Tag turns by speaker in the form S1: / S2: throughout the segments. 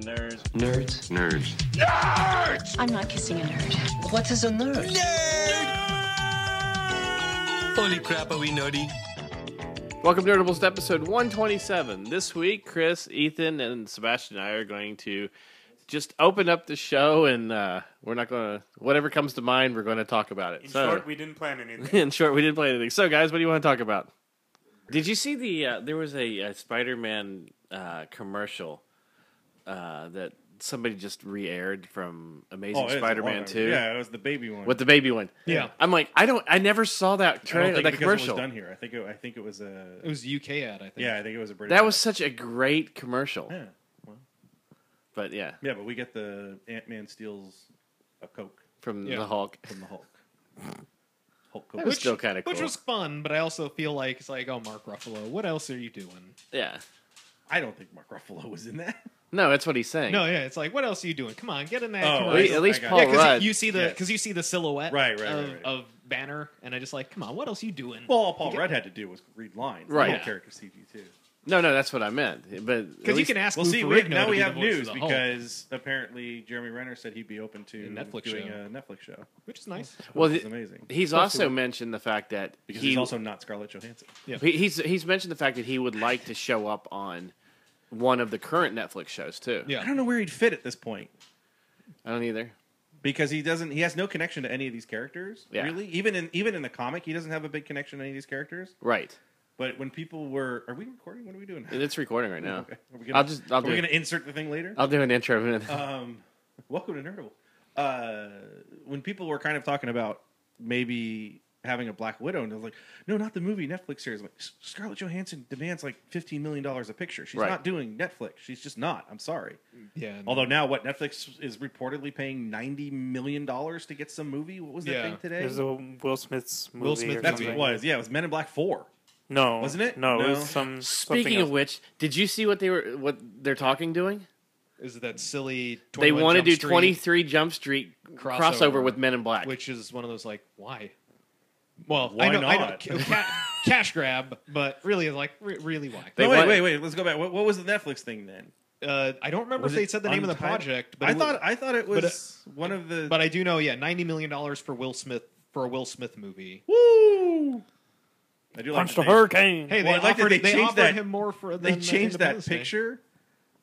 S1: Nerds.
S2: Nerds.
S3: Nerds.
S4: I'm not kissing a nerd.
S2: What is a nerd?
S5: Holy crap, are we nerdy?
S1: Welcome to Nerdables to episode 127. This week, Chris, Ethan, and Sebastian and I are going to just open up the show and uh, we're not going to, whatever comes to mind, we're going to talk about it.
S6: In
S1: so,
S6: short, we didn't plan anything.
S1: in short, we didn't play anything. So, guys, what do you want to talk about? Did you see the, uh, there was a, uh Spider Man uh, commercial uh, that somebody just re aired from Amazing
S7: Oh, it's
S1: Spider Man
S7: wild.
S1: 2?
S7: Yeah, it was the baby one.
S1: With the baby one.
S7: Yeah.
S1: I'm like, I don't, I never saw that
S7: I don't
S1: trailer,
S7: think
S1: that
S7: because it was
S1: commercial.
S7: done here. I think it, I think it was a.
S8: It was a UK ad, I think.
S7: yeah, I think it was a British.
S1: That was such a great commercial.
S7: Yeah,
S1: But yeah,
S7: yeah, but we get the Ant Man steals a Coke
S1: from
S8: Yeah.
S1: the Hulk.
S7: from the Hulk. Hulk
S1: That
S7: Coke.
S1: was still kind of cool.
S8: Which was fun, but I also feel like it's like, oh, Mark Ruffalo, what else are you doing?
S1: yeah.
S7: I don't think Mark Ruffalo was in that.
S1: No, that's what he's saying.
S8: No, yeah, it's like, what else are you doing? Come on, get in that.
S7: Oh,
S8: commercial.
S1: At least-
S7: I got
S1: at least
S7: it.
S1: Paul
S8: yeah, because
S1: Rudd.
S8: you see the
S7: Yes.
S8: because you see the silhouette
S7: Right, right, right,
S8: of,
S7: right.
S8: of Banner, and I just like, come on, what else are you doing?
S7: Well, all Paul Rudd had to do was read lines. The
S1: Right.
S7: Hulk
S1: Yeah.
S7: character CG too.
S1: no, no, that's what I meant. But
S8: because you can ask.
S7: Well,
S8: Lou
S7: see,
S8: Ferrigno
S7: we,
S8: to
S7: now
S8: be
S7: we
S8: the
S7: have
S8: voice of
S7: news
S8: the Hulk,
S7: because apparently Jeremy Renner said he'd be open to
S8: A Netflix
S7: doing
S8: show.
S7: a Netflix show.
S8: which is nice.
S1: well,
S7: Which is
S1: th-
S7: amazing.
S1: He's also mentioned the fact that
S7: Because
S1: he,
S7: he's also not Scarlett Johansson.
S1: he- he's he's mentioned the fact that he would like to show up on one of the current Netflix shows too.
S8: Yeah.
S7: I don't know where he'd fit at this point.
S1: I don't either.
S7: because he doesn't he has no connection to any of these characters
S1: Yeah.
S7: really even in even in the comic he doesn't have a big connection to any of these characters
S1: Right.
S7: but when people were are we recording what are we doing
S1: And It's recording right now.
S7: Okay. Are we gonna,
S1: I'll just- I'll
S7: are
S1: do
S7: we
S1: it.
S7: gonna insert the thing later
S1: I'll do an intro. in a minute.
S8: Uh,
S7: um welcome to nerdable uh when people were kind of talking about maybe having a black widow and they're like no not the movie netflix series I'm like "S- scarlett johansson demands like 15 million dollars a picture she's
S1: Right.
S7: not doing netflix she's just not i'm sorry
S8: Yeah,
S7: Although now, what Netflix is reportedly paying ninety million dollars to get some movie. What was that
S8: Yeah.
S7: thing today?
S6: It was a Will Smith's movie.
S8: Will
S6: or
S8: Smith
S7: That's
S8: movie.
S7: what it
S6: something.
S7: was. Yeah, it was Men in Black Four.
S6: No,
S7: Wasn't it?
S6: No,
S7: No.
S6: it was some.
S1: Speaking of which, did you see what they were what they're talking doing?
S8: is that silly?
S1: They
S8: 21
S1: want to
S8: Jump
S1: do
S8: Street,
S1: 23 Jump Street crossover,
S8: Crossover.
S1: with Men in Black.
S8: which is one of those like, why? Well,
S7: Why
S8: I know, I know,
S7: not?
S8: ca- ca- cash grab, but really, like, re- really, why?
S1: They
S7: no, wait,
S1: want-
S7: wait, wait. Let's go back. What, what was the Netflix thing then?
S8: Uh, I don't remember
S7: Was
S8: if they
S7: it
S8: said the name of the
S7: Untitled?
S8: project, but
S7: I
S8: it was-
S7: thought I thought it
S8: but,
S7: was one of the.
S8: But I do know, yeah, ninety million dollars for Will Smith for a Will Smith movie.
S7: woo! I do like
S6: Punch
S7: that
S6: the
S7: they-
S6: Hurricane.
S8: Hey, they
S7: Well, I like that
S8: offered,
S7: they
S8: they
S7: changed
S8: offered
S7: that-
S8: him more for
S7: They
S8: than, uh,
S7: changed that
S8: Independence Day.
S7: picture.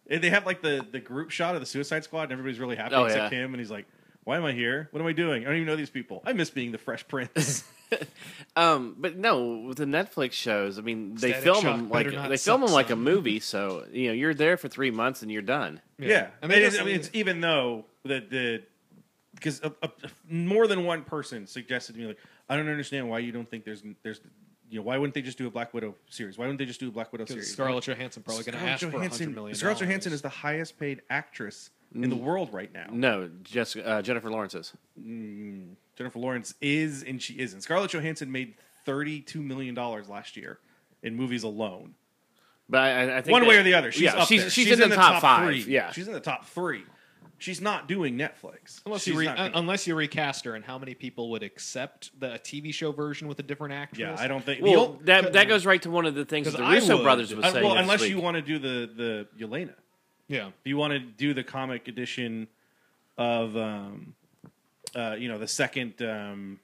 S7: And they have like the the group shot of the Suicide Squad, and everybody's really happy
S1: Oh,
S7: except
S1: yeah.
S7: him. And he's like, "Why am I here? What am I doing? I don't even know these people. I miss being the Fresh Prince."
S1: Um, but no, with the Netflix shows, I mean, they
S8: Static
S1: film
S8: Shock
S1: them like
S8: better not
S1: they film
S8: suck,
S1: them like a
S8: son.
S1: movie. So you know, you're there for three months and you're done.
S7: yeah,
S8: I
S7: I
S8: mean,
S7: mean,
S8: I
S7: it's,
S8: guess-
S7: I mean, it's even though the the because a, a, more than one person suggested to me like, "I don't understand why you don't think there's there's." You know, why wouldn't they just do a Black Widow series? Why wouldn't they just do a Black Widow
S8: Because
S7: series?
S8: Scarlett Johansson probably going to
S7: Scarlett
S8: ask for hundred million.
S7: Scarlett Johansson is the highest paid actress in the world right now.
S1: No, just uh, Jennifer Lawrence's.
S7: Jennifer Lawrence is and she isn't. Scarlett Johansson made $32 million last year in movies alone.
S1: But I, I think
S7: One
S1: that-
S7: way or the other. She's
S1: yeah,
S7: up
S1: she's,
S7: there.
S1: she's in, the, top, five.
S7: Three.
S1: Yeah,
S7: She's in the top three. She's not doing Netflix.
S8: Unless
S7: She's
S8: you, re-
S7: not
S8: uh,
S7: doing-
S8: unless you recast her, and how many people would accept the a TV show version with a different actress?
S7: yeah, I don't think. the
S1: well,
S7: old-
S1: that that goes right to one of the things that
S8: 'Cause
S1: the
S8: I
S1: Russo
S8: would.
S1: brothers was
S7: uh,
S1: saying.
S7: well,
S1: this
S7: unless
S1: week.
S7: you want to do the, the Yelena.
S8: Yeah,
S7: If you want to do the comic edition of, um, uh, you know, the second, um,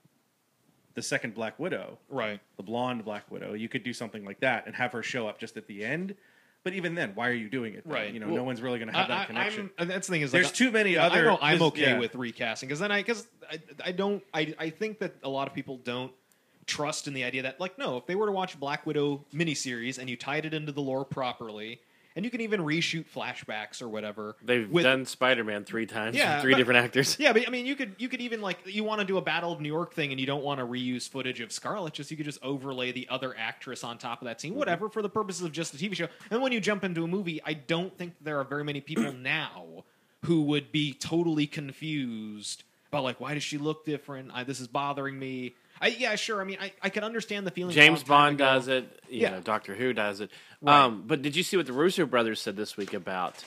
S7: the second Black Widow,
S8: right.
S7: the blonde Black Widow. You could do something like that and have her show up just at the end. But even then, why are you doing it? Then?
S8: Right.
S7: You know,
S8: Well,
S7: no one's really going to
S8: I,
S7: have that
S8: I,
S7: connection.
S8: I'm, and that's the thing is
S7: There's
S8: like,
S7: too many
S8: I- I
S7: other-
S8: know I'm
S7: this-
S8: okay
S7: yeah.
S8: with recasting because then I because I, I don't I, I think that a lot of people don't trust in the idea that like no if they were to watch Black Widow miniseries and you tied it into the lore properly and you can even reshoot flashbacks or whatever
S1: they've
S8: with-
S1: done Spider Man three times, with
S8: Yeah,
S1: three
S8: but-
S1: different actors.
S8: Yeah, but I mean, you could you could even like you want to do a Battle of New York thing, and you don't want to reuse footage of Scarlett. Just you could just overlay the other actress on top of that
S1: Mhm.
S8: scene, whatever, for the purposes of just a TV show. And when you jump into a movie, I don't think there are very many people now who would be totally confused about like why does she look different? I, this is bothering me. I, yeah, sure. I mean, I, I can understand the feeling. a
S1: James
S8: long time
S1: Bond
S8: ago.
S1: does it. You
S8: Yeah.
S1: know, Doctor Who does it. Um, but did you see what the Russo brothers said this week about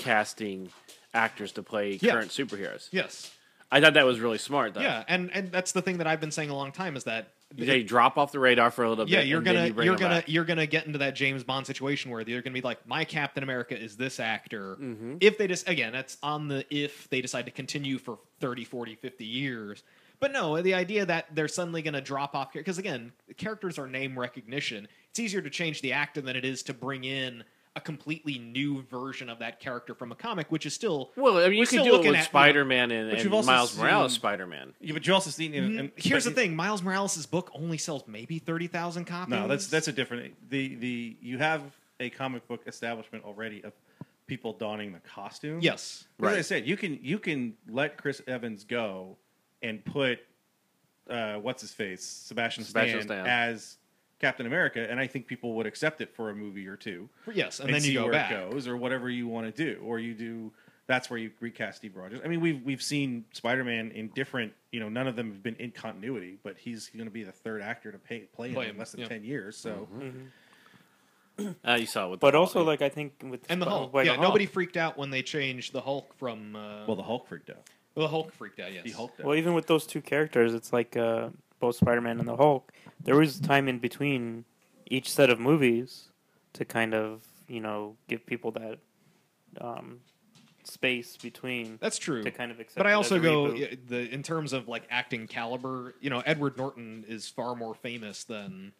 S1: recasting actors to play
S8: Yeah.
S1: current superheroes?
S8: Yes.
S1: I thought that was really smart. Though.
S8: Yeah, and and that's the thing that I've been saying a long time is that
S1: Yeah, you drop off the radar for a little bit.
S8: yeah, you're
S1: and then
S8: gonna
S1: you
S8: you
S1: bring
S8: are
S1: them
S8: gonna
S1: back.
S8: you're gonna get into that James Bond situation where they're gonna be like, my Captain America is this actor.
S1: Mm-hmm.
S8: If they just again, that's on the if they decide to continue for 30, 40, 50 years. But no, the idea that they're suddenly gonna drop off because again, characters are name recognition. It's easier to change the actor than it is to bring in a completely new version of that character from a comic, which is still
S1: Well, I mean,
S8: we're
S1: you could
S8: still
S1: do it
S8: looking
S1: with
S8: at, you know,
S1: Spider Man and,
S7: But
S1: and
S7: you've also
S1: Miles Morales
S7: seen-
S1: Spider Man.
S7: Yeah, but you also seen. And, and-
S8: mm, Here's the
S7: but-
S8: thing: Miles Morales' book only sells maybe thirty thousand copies.
S7: No, that's that's a different. The the you have a comic book establishment already of people donning the costume.
S8: yes.
S7: As I
S1: Right.
S7: said, you can you can let Chris Evans go and put uh, what's his face Sebastian,
S1: Sebastian
S7: Stan
S1: Stan.
S7: as Captain America, and I think people would accept it for a movie or two.
S8: Yes, and, then
S7: see
S8: you go
S7: where
S8: back.
S7: it goes or whatever you want to do, or you do. That's where you recast Steve Rogers. I mean, we've we've seen Spider Man in different. You know, none of them have been in continuity, but he's going to be the third actor to pay, play,
S8: Play
S7: him
S8: him,
S7: in less than
S8: yeah.
S7: ten years. So
S1: Uh, you saw it with
S6: But
S1: the
S6: also,
S1: Hulk.
S6: like I think with
S8: And the
S6: Sp-
S8: Hulk.
S6: like
S8: yeah,
S6: the Hulk.
S8: nobody freaked out when they changed the Hulk from. Uh,
S7: well,
S8: well,
S7: the Hulk freaked out.
S8: the Hulk freaked out. Yes.
S7: The Hulk.
S6: Well, even with those two characters, it's like uh, both Spider-Man and the Hulk. There was time in between each set of movies to kind of you know give people that um, space between
S8: That's true.
S6: to kind of accept.
S8: But
S6: it
S8: I
S6: as
S8: also
S6: a
S8: go
S6: reboot.
S8: yeah, the in terms of like acting caliber. You know, Edward Norton is far more famous than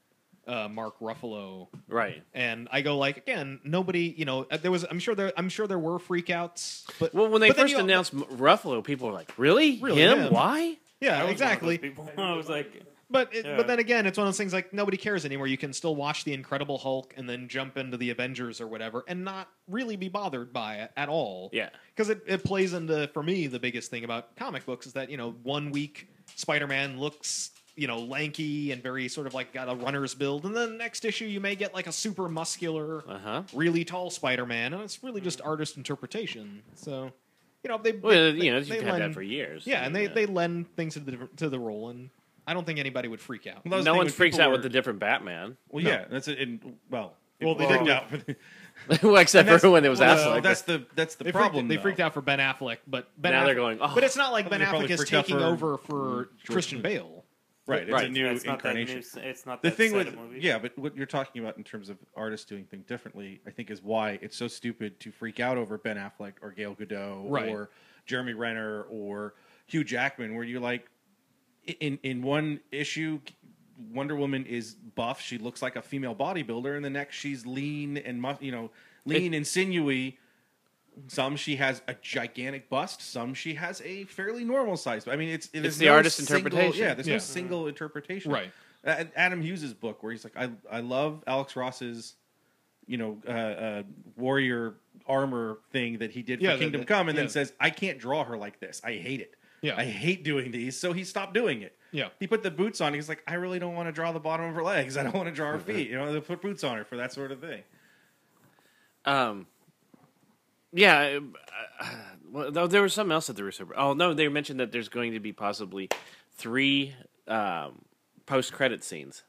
S8: uh, Mark Ruffalo,
S1: right.
S8: and I go like again, nobody. You know, uh, there was. I'm sure there. I'm sure there were freakouts. But
S1: Well, when they
S8: but then
S1: first
S8: you-
S1: announced M- Ruffalo, people were like, "Really?
S8: Really?
S1: Him?
S8: Yeah.
S1: Why?"
S8: yeah,
S6: I was one of those
S8: exactly.
S6: people. I was like,
S8: But it,
S6: Yeah.
S8: but then again, it's one of those things like nobody cares anymore. You can still watch the Incredible Hulk and then jump into the Avengers or whatever and not really be bothered by it at all.
S1: Yeah.
S8: because it, it plays into for me the biggest thing about comic books is that you know one week Spider-Man looks you know lanky and very sort of like got a runner's build, and then next issue you may get like a super muscular,
S1: Uh huh.
S8: really tall Spider-Man, and it's really just artist interpretation. So you know they,
S1: Mm. Well,
S8: they-
S1: you know,
S8: they
S1: you've had that
S8: lend-
S1: for years.
S8: yeah, and they, they lend things to the different- to the role, and I don't think anybody would freak out.
S7: Well, that was the
S1: no
S7: thing
S1: one
S7: when
S1: freaks
S7: people
S1: out
S7: were-
S1: with the different Batman.
S7: Well, yeah, that's it. And, well,
S8: Well,
S7: it
S8: they
S7: freaked
S8: did-
S7: out for the,
S1: well, except
S7: that's-
S1: for when it was
S7: well,
S1: Affleck.
S7: That's the that's the
S8: They
S7: problem.
S8: Freaked, they
S7: though.
S8: freaked out for Ben Affleck, but Ben
S1: Now
S8: Affleck,
S1: they're going, "Oh."
S8: But it's not like Ben
S7: They probably
S8: Affleck is
S7: freaked out
S8: taking
S7: for-
S8: over
S1: Mm,
S8: for Christian Bale.
S7: Right, it's a
S1: Right.
S7: new
S6: it's not that
S7: incarnation.
S6: new. s- It's not
S7: the
S6: that
S7: thing
S6: set
S7: with
S6: of movies.
S7: yeah, but what you're talking about in terms of artists doing things differently, I think, is why it's so stupid to freak out over Ben Affleck or Gail Godot
S8: Right.
S7: or Jeremy Renner or Hugh Jackman, where you're like, in in one issue, Wonder Woman is buff, she looks like a female bodybuilder, and the next she's lean and mu- you know lean and sinewy. Some she has a gigantic bust. Some she has a fairly normal size. I mean, it's it
S1: It's
S7: is
S1: the
S7: no
S1: artist
S7: single-
S1: interpretation.
S7: Yeah, there's
S8: Yeah.
S7: no single interpretation.
S8: Right.
S7: A- Adam Hughes's book where he's like, I I love Alex Ross's, you know, uh, uh, warrior armor thing that he did for
S8: Yeah, the-
S7: Kingdom
S8: the-
S7: Come, and
S8: yeah.
S7: then says, I can't draw her like this. I hate it.
S8: Yeah.
S7: I hate doing these. So he stopped doing it.
S8: Yeah.
S7: He put the boots on. He's like, I really don't want to draw the bottom of her legs. I don't want to draw her feet. You know, they put boots on her for that sort of thing.
S1: Um, yeah. uh, uh, well, no, there was something else that they were super. Oh no, they mentioned that there's going to be possibly three um, post-credit scenes.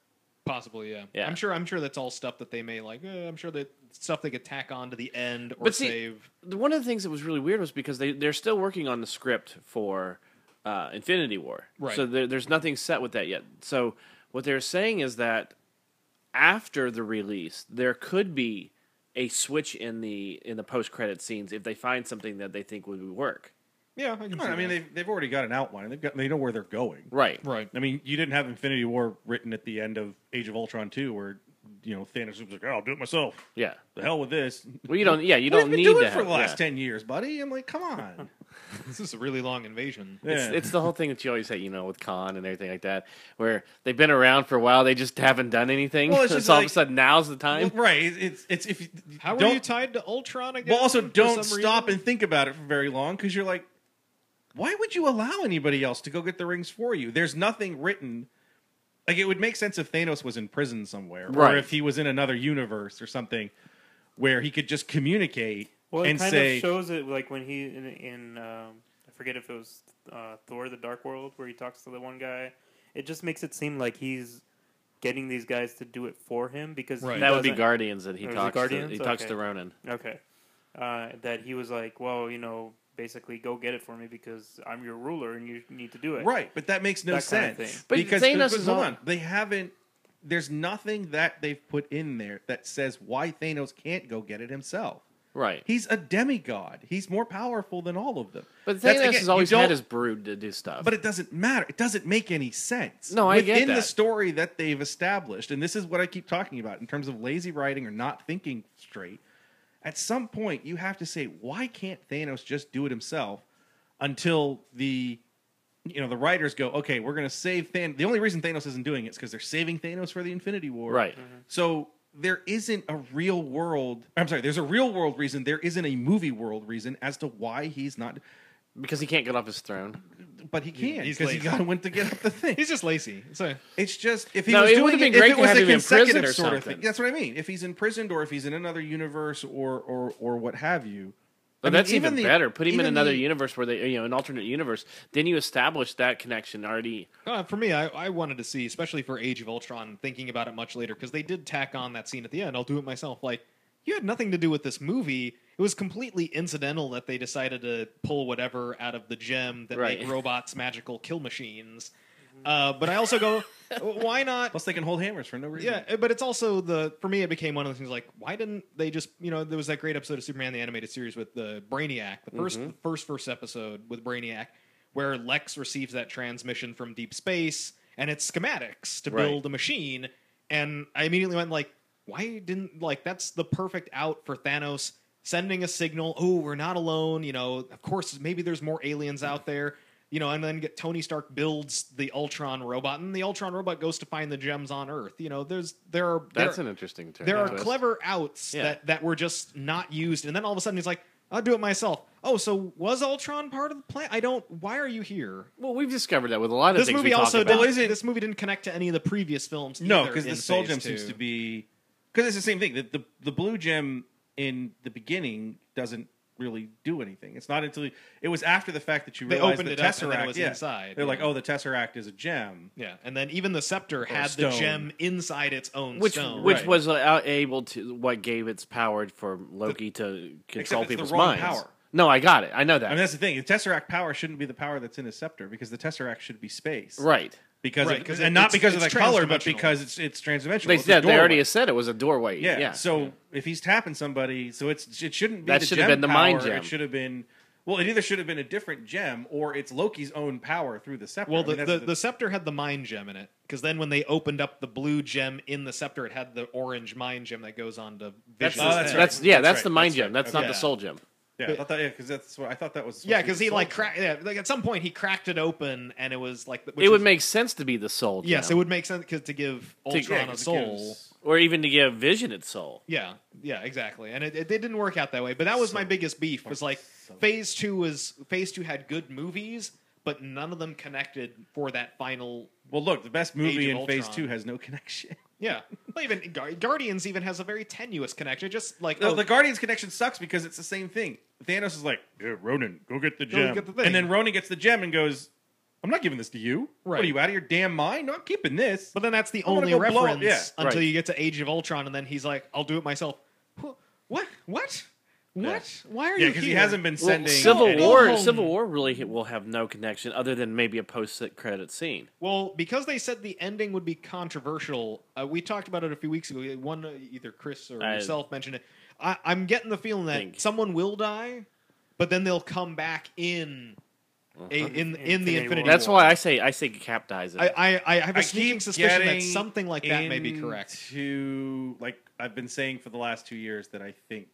S8: Possibly, yeah.
S1: Yeah.
S8: I'm sure. I'm sure that's all stuff that they may like. eh, I'm sure that stuff they could tack on to the end or
S1: But see-
S8: save.
S1: The- One of the things that was really weird was because they they're still working on the script for uh, Infinity War,
S8: Right.
S1: So there, there's nothing set with that yet. So what they're saying is that after the release, there could be a switch in the in the post-credit scenes if they find something that they think would work.
S8: Yeah, I, can see
S7: I mean,
S8: that.
S7: they've, they've already got an outline. They've got they know where they're going.
S1: Right.
S8: right.
S7: I mean, you didn't have Infinity War written at the end of Age of Ultron two, where you know Thanos was like, "I'll do it myself."
S1: Yeah.
S7: The hell with this.
S1: Well, you don't. Yeah, you
S7: What
S1: don't
S7: have you
S1: need
S7: been doing
S1: that
S7: for the last
S1: yeah.
S7: ten years, buddy. I'm like, come on.
S8: This is a really long invasion.
S7: Yeah.
S1: It's, it's the whole thing that you always say, you know, with Khan and everything like that, where they've been around for a while, they just haven't done anything.
S7: Well,
S1: it's
S7: it's just
S1: all of
S7: like-
S1: a sudden now's the time.
S7: Well, right. It's it's if you,
S8: How are
S7: don't,
S8: you tied to Ultron again?
S7: well, also
S8: for
S7: don't
S8: some
S7: stop
S8: reason?
S7: and think about it for very long because you're like, why would you allow anybody else to go get the rings for you? There's nothing written. Like it would make sense if Thanos was in prison somewhere,
S1: Right.
S7: or if he was in another universe or something, where he could just communicate
S6: Well,
S7: and
S6: it kind
S7: say,
S6: of shows it like when he in, in um, I forget if it was uh, Thor: The Dark World where he talks to the one guy. It just makes it seem like he's getting these guys to do it for him because he
S8: Right.
S1: that would be
S6: doesn't-
S1: Guardians that he
S6: Or is it
S1: talks. To,
S6: Guardians?
S1: he talks
S6: Okay.
S1: to Ronan.
S6: Okay, uh, that he was like, well, you know, basically go get it for me because I'm your ruler and you need to do it.
S7: Right, but that makes no
S6: That
S7: sense.
S6: kind of thing.
S1: But Thanos is
S7: hold
S1: all-
S7: on, they haven't. There's nothing that they've put in there that says why Thanos can't go get it himself.
S1: Right.
S7: He's a demigod. He's more powerful than all of them.
S1: But Thanos
S7: That's- again,
S1: has
S7: you
S1: always
S7: don't-
S1: had his brood to do stuff.
S7: But it doesn't matter. It doesn't make any sense.
S1: No, I
S7: Within
S1: get
S7: the
S1: that.
S7: story that they've established, and this is what I keep talking about in terms of lazy writing or not thinking straight. At some point, you have to say, why can't Thanos just do it himself? Until the you know the writers go, okay, we're going to save Thanos. The only reason Thanos isn't doing it is because they're saving Thanos for the Infinity War.
S1: Right.
S7: So there isn't a real world. I'm sorry. There's a real world reason. There isn't a movie world reason as to why he's not.
S1: because he can't get off his throne.
S7: But he can
S8: he's
S7: because he
S8: lazy.
S7: got went to get up the thing.
S8: He's just lazy. So
S7: It's just if he
S1: No,
S7: was
S1: it
S7: doing
S1: would've been
S7: if
S1: great
S7: it
S1: to
S7: was
S1: have
S7: a
S1: him in prison
S7: consecutive
S1: or
S7: sort of
S1: something.
S7: thing. That's what I mean. If he's imprisoned or if he's in another universe or or or what have you.
S1: But
S7: I mean,
S1: that's even,
S7: the-
S1: better. Put him in
S7: even
S1: another
S7: the-
S1: universe where they, you know, an alternate universe. Then you establish that connection already.
S8: Uh, for me, I, I wanted to see, especially for Age of Ultron, thinking about it much later, because they did tack on that scene at the end. I'll do it myself. Like, you had nothing to do with this movie. It was completely incidental that they decided to pull whatever out of the gem that
S1: Right.
S8: make robots magical kill machines.
S7: Mm-hmm.
S8: Uh, but I also go, why not
S7: Plus, they can hold hammers for no reason.
S8: yeah, eh, but it's also the for me it became one of the things like why didn't they just you know there was that great episode of Superman the animated series with the Brainiac the 1st the first first episode with Brainiac where Lex receives that transmission from deep space and it's schematics to
S1: Right.
S8: build a machine and I immediately went like why didn't like that's the perfect out for Thanos sending a signal oh we're not alone you know of course maybe there's more aliens out there you know, and then get Tony Stark builds the Ultron robot, and the Ultron robot goes to find the gems on Earth. You know, there's there are there,
S1: That's an interesting turn.
S8: there are
S1: twist.
S8: clever outs
S1: Yeah.
S8: that that were just not used, and then all of a sudden he's like, "I'll do it myself." Oh, so was Ultron part of the plan? I don't. Why are you here?
S1: Well, we've discovered that with a lot of
S8: This
S1: things we
S8: movie
S1: talk
S8: also
S1: about.
S8: didn't, this movie didn't connect to any of the previous films.
S7: No,
S8: either
S7: because
S8: in
S7: the soul
S8: Phase
S7: gem
S8: Two.
S7: seems to be because it's the same thing. The, the the blue gem in the beginning doesn't really do anything. It's not until it was after the fact that you
S8: They
S7: realized
S8: opened
S7: the
S8: it up
S7: tesseract
S8: and then it was
S7: yeah.
S8: inside,
S7: They're like,
S8: yeah.
S7: oh, the tesseract is a gem.
S8: yeah, and then even the scepter had the
S7: stone.
S8: gem inside its own
S1: which
S8: stone,
S1: which
S7: Right.
S1: was uh, able to what gave its power for Loki to control
S7: it's the
S1: people's
S7: wrong
S1: minds.
S7: power.
S1: No, I got it. I know that.
S7: I mean, that's the thing. The tesseract power shouldn't be the power that's in a scepter because the tesseract should be space,
S1: right.
S7: Because
S8: Right,
S7: of,
S8: 'cause it-
S7: and not
S8: it's-
S7: because of the
S8: it's
S7: color, but
S8: transdimensional.
S7: because it's it's transdimensional.
S1: They
S7: It's a
S1: said they already
S7: doorway.
S1: said it was a doorway.
S7: Yeah.
S1: Yeah.
S7: So if he's tapping somebody, so it's it shouldn't be
S1: That
S7: the
S1: should have
S7: gem
S1: been the mind
S7: power,
S1: gem.
S7: It should have been well. It either should have been a different gem or it's Loki's own power through the scepter.
S8: Well,
S7: I
S8: the,
S7: mean,
S8: the,
S7: that's
S8: the scepter had the mind gem in it because then when they opened up the blue gem in the scepter, it had the orange mind gem that goes on to
S1: that's,
S8: vision.
S7: Oh, that's right.
S1: that's yeah. That's,
S7: That's
S1: the
S7: right.
S1: mind
S7: That's
S1: gem.
S7: right.
S1: That's not
S8: Okay.
S1: the soul gem.
S7: yeah, I thought, yeah, because that's what I thought that was. supposed
S8: yeah,
S7: to be
S8: because
S7: the
S8: he
S7: soul
S8: like
S7: gem.
S8: cracked. Yeah, like at some point he cracked it open and it was like
S1: It would make sense to be the soul. Gem,
S8: yes, it would make sense because to give
S7: Yeah,
S8: Ultron
S7: 'cause
S8: a
S7: it
S8: soul.
S7: gives-
S1: or even to give Vision its soul.
S8: Yeah, yeah, exactly. And it, it, it didn't work out that way. But that was my biggest beef was like phase two was phase two had good movies, but none of them connected for that final
S7: Well, look, the best movie
S8: Age of
S7: in Phase
S8: Ultron.
S7: Two has no connection.
S8: Yeah, well, even Guar- Guardians even has a very tenuous connection. Just like
S7: No,
S8: oh,
S7: the Guardians connection sucks because it's the same thing. Thanos is like, yeah, Ronan, go get the
S8: Go
S7: gem,
S8: get the thing.
S7: and then Ronan gets the gem and goes, "I'm not giving this to you.
S8: Right.
S7: What are you out of your damn mind? No, I'm keeping this."
S8: but then that's the
S7: I'm gonna
S8: only
S7: go blow
S8: reference
S7: up- yeah,
S8: until
S1: right.
S8: you get to Age of Ultron, and then he's like, "I'll do it myself." Wh- What? What? What? Why are
S7: yeah,
S8: you?
S7: because he
S8: here?
S7: hasn't been
S1: Well,
S7: sending
S1: Civil
S7: any-
S8: Go
S1: War.
S8: home.
S1: Civil War really h- will have no connection other than maybe a post-credit scene.
S8: Well, because they said the ending would be controversial, uh, we talked about it a few weeks ago. One, uh, either Chris or
S1: I-
S8: yourself mentioned it. I, I'm getting the feeling that
S1: Think.
S8: someone will die, but then they'll come back in
S7: Uh-huh.
S8: a, in in, the
S6: Infinity
S8: Infinity.
S6: War.
S1: That's
S8: War.
S1: why I say I say Cap dies. in it.
S8: I, I, I have a
S7: I
S8: sneaking
S7: keep
S8: suspicion that
S7: getting
S8: something like that may be correct.
S7: To like I've been saying for the last two years that I think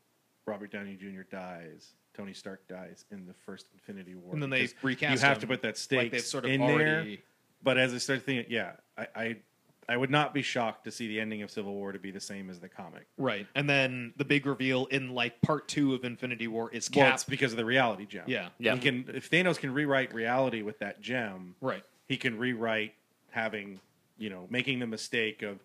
S7: Robert Downey Jr. dies, Tony Stark dies in the first Infinity War,
S8: And then they
S7: because
S8: recast
S7: You have
S8: him,
S7: to put that stake
S8: like they've sort of
S7: in
S8: already.
S7: there. But as I start thinking, yeah, I, I I would not be shocked to see the ending of Civil War to be the same as the comic.
S8: Right. And then the big reveal in like part two of Infinity War is
S7: Well,
S8: Cap.
S7: it's because of the reality gem.
S8: Yeah.
S1: Yeah.
S7: He can if Thanos can rewrite reality with that gem,
S8: right.
S7: he can rewrite having you know making the mistake of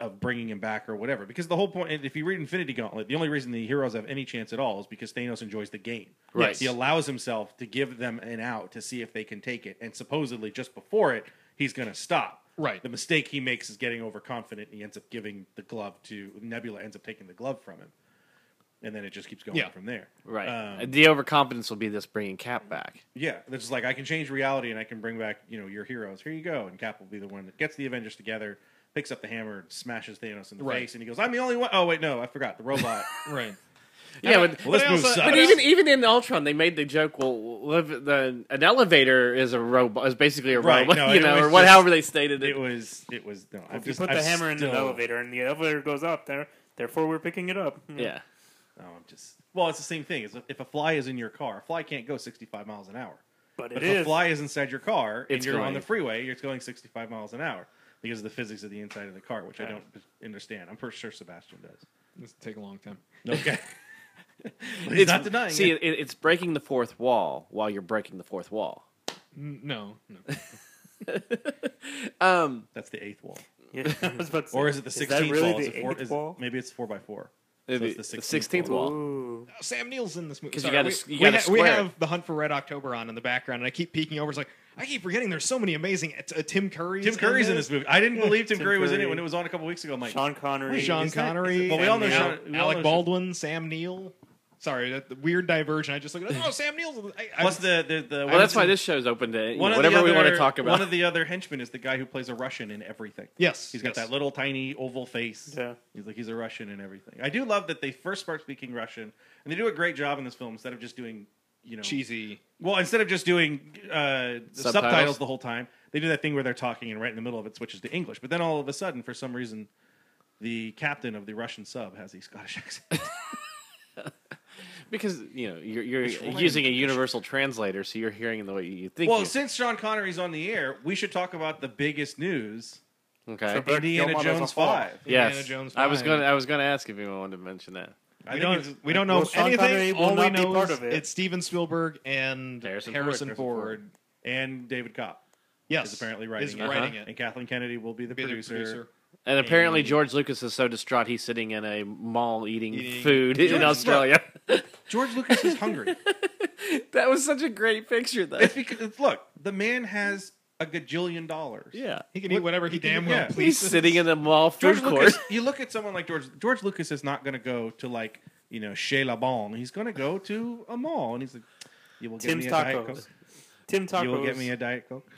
S7: of bringing him back or whatever because the whole point and if you read infinity gauntlet the only reason the heroes have any chance at all is because thanos enjoys the game
S1: Right.
S7: he allows himself to give them an out to see if they can take it and supposedly just before it he's going to stop
S8: Right.
S7: the mistake he makes is getting overconfident and he ends up giving the glove to nebula ends up taking the glove from him and then it just keeps going
S8: Yeah.
S7: from there.
S1: Right.
S7: Um,
S1: the overconfidence will be this bringing Cap back.
S7: yeah, this is like I can change reality and I can bring back you know your heroes. Here you go, and Cap will be the one that gets the Avengers together, picks up the hammer, and smashes Thanos in the
S8: Right.
S7: face, and he goes, "I'm the only one." Oh wait, no, I forgot the robot.
S8: Right.
S1: Yeah,
S8: I-
S1: but,
S7: Well, this
S8: I
S7: move
S8: also-
S7: sucks.
S1: but
S8: I
S1: even
S8: also-
S1: even in Ultron, they made the joke. Well, live, the an elevator is a robot is basically a
S7: Right,
S1: robot,
S7: no,
S1: you
S7: it
S1: know,
S7: was
S1: or what,
S7: just-
S1: however they stated it.
S7: it was it was no. I've
S6: If you
S7: just-
S6: put the
S7: I've
S6: hammer in the
S7: still-
S6: elevator and the elevator goes up, there, therefore we're picking it up.
S1: yeah,
S7: No, I'm just. Well, it's the same thing. It's if a fly is in your car, a fly can't go 65 miles an hour.
S6: but
S7: But
S6: it
S7: if a
S6: is.
S7: fly is inside your car and
S1: It's
S7: you're on
S1: going.
S7: the freeway, it's going 65 miles an hour because of the physics of the inside of the car, which I don't understand. I'm pretty sure Sebastian does.
S8: This will take a long time.
S7: Okay. But he's not denying
S1: See,
S7: it.
S1: it, it's breaking the fourth wall while you're breaking the fourth wall.
S8: N- No, no.
S1: Um,
S7: That's the eighth wall.
S6: Yeah, I was about to say,
S7: Or is it the
S6: is
S7: 16th
S6: that really
S7: wall?
S6: the
S7: Is it four,
S6: eighth
S7: is it-
S6: wall?
S7: maybe it's 4 by 4
S1: the-
S7: it's the
S1: the
S7: 16th
S1: sixteenth
S7: wall.
S1: wall.
S6: Ooh.
S8: Sam Neill's in this movie
S1: 'Cause you
S8: Sorry,
S1: gotta
S8: we-
S1: s- you
S8: we,
S1: gotta
S8: we
S1: square it.
S8: have the Hunt for Red October on in the background, and I keep peeking over. It's like I keep forgetting there's so many amazing. Uh, Tim Curry's.
S7: Tim Curry's in this movie. I didn't believe Tim,
S6: Tim
S7: Curry was in it
S6: Curry.
S7: when it was on a couple weeks ago. i
S6: Sean Connery.
S8: Sean
S7: Is that-
S8: Connery.
S7: Well, we all
S8: and
S7: know
S8: Al-
S7: Sean- we all know
S8: Alec
S7: Sean-
S8: Baldwin, Sam Neill. Sorry, that the weird diversion. I just look at oh Sam Neill's. I, I,
S7: Plus the the, the
S1: Well, Oh, that's why this show's open to you know,
S7: One of the
S1: whatever we want to
S7: other-
S1: talk about.
S7: One of the other henchmen is the guy who plays a Russian in everything.
S8: yes,
S7: He's got
S8: yes.
S7: that little tiny oval face.
S6: Yeah.
S7: He's like he's a Russian and everything. I do love that they first start speaking Russian, and they do a great job in this film instead of just doing you know
S8: cheesy.
S7: Well, instead of just doing uh, subtitles.
S1: Subtitles.
S7: the whole time, they do that thing where they're talking and right in the middle of it switches to English. But then all of a sudden, for some reason, the captain of the Russian sub has a Scottish accent.
S1: because you know you're, you're using a universal translator, so you're hearing the way you think.
S7: well,
S1: you-
S7: since Sean Connery's on the air, we should talk about the biggest news:
S1: okay.
S6: Sure. Back to
S7: Indiana
S6: your
S7: Jones
S6: motherfucker.
S7: Five.
S1: Yes,
S8: Indiana Jones
S1: I was
S8: five.
S1: gonna. I was gonna ask if anyone wanted to mention that.
S7: I
S8: We
S7: think
S8: don't,
S7: it's-
S8: we don't know
S6: Well, Sean Connery
S8: anything.
S6: will
S8: All we
S6: not be
S8: know
S6: part
S8: is
S6: of it.
S8: it's Steven Spielberg and
S1: Harrison
S8: Harrison,
S1: Ford.
S8: Ford.
S7: Harrison Ford. and David Kopp
S8: Yes,
S7: is apparently writing
S8: is
S7: it.
S8: writing
S1: Uh-huh.
S8: it.
S7: and Kathleen Kennedy will be the
S8: Be the
S7: producer.
S8: producer.
S1: And apparently,
S7: And-
S1: George Lucas is so distraught he's sitting in a mall eating,
S8: Eating-
S1: food
S7: George-
S1: in Australia.
S7: George Lucas is hungry.
S1: that was such a great picture, though.
S7: it's because it's- look, the man has a gajillion dollars.
S1: yeah,
S8: He can eat whatever he
S7: can-
S8: damn well
S7: yeah.
S8: pleases.
S1: he's sitting in a mall
S7: George
S1: food court.
S7: Lucas. You look at someone like George. George Lucas is not going to go to like you know Chez La Bon. He's going to go to a mall, and he's like, "You will get
S6: Tim's
S7: me a diet
S6: Tacos.
S7: coke.
S6: Tim Tacos.
S7: You will get me a diet coke."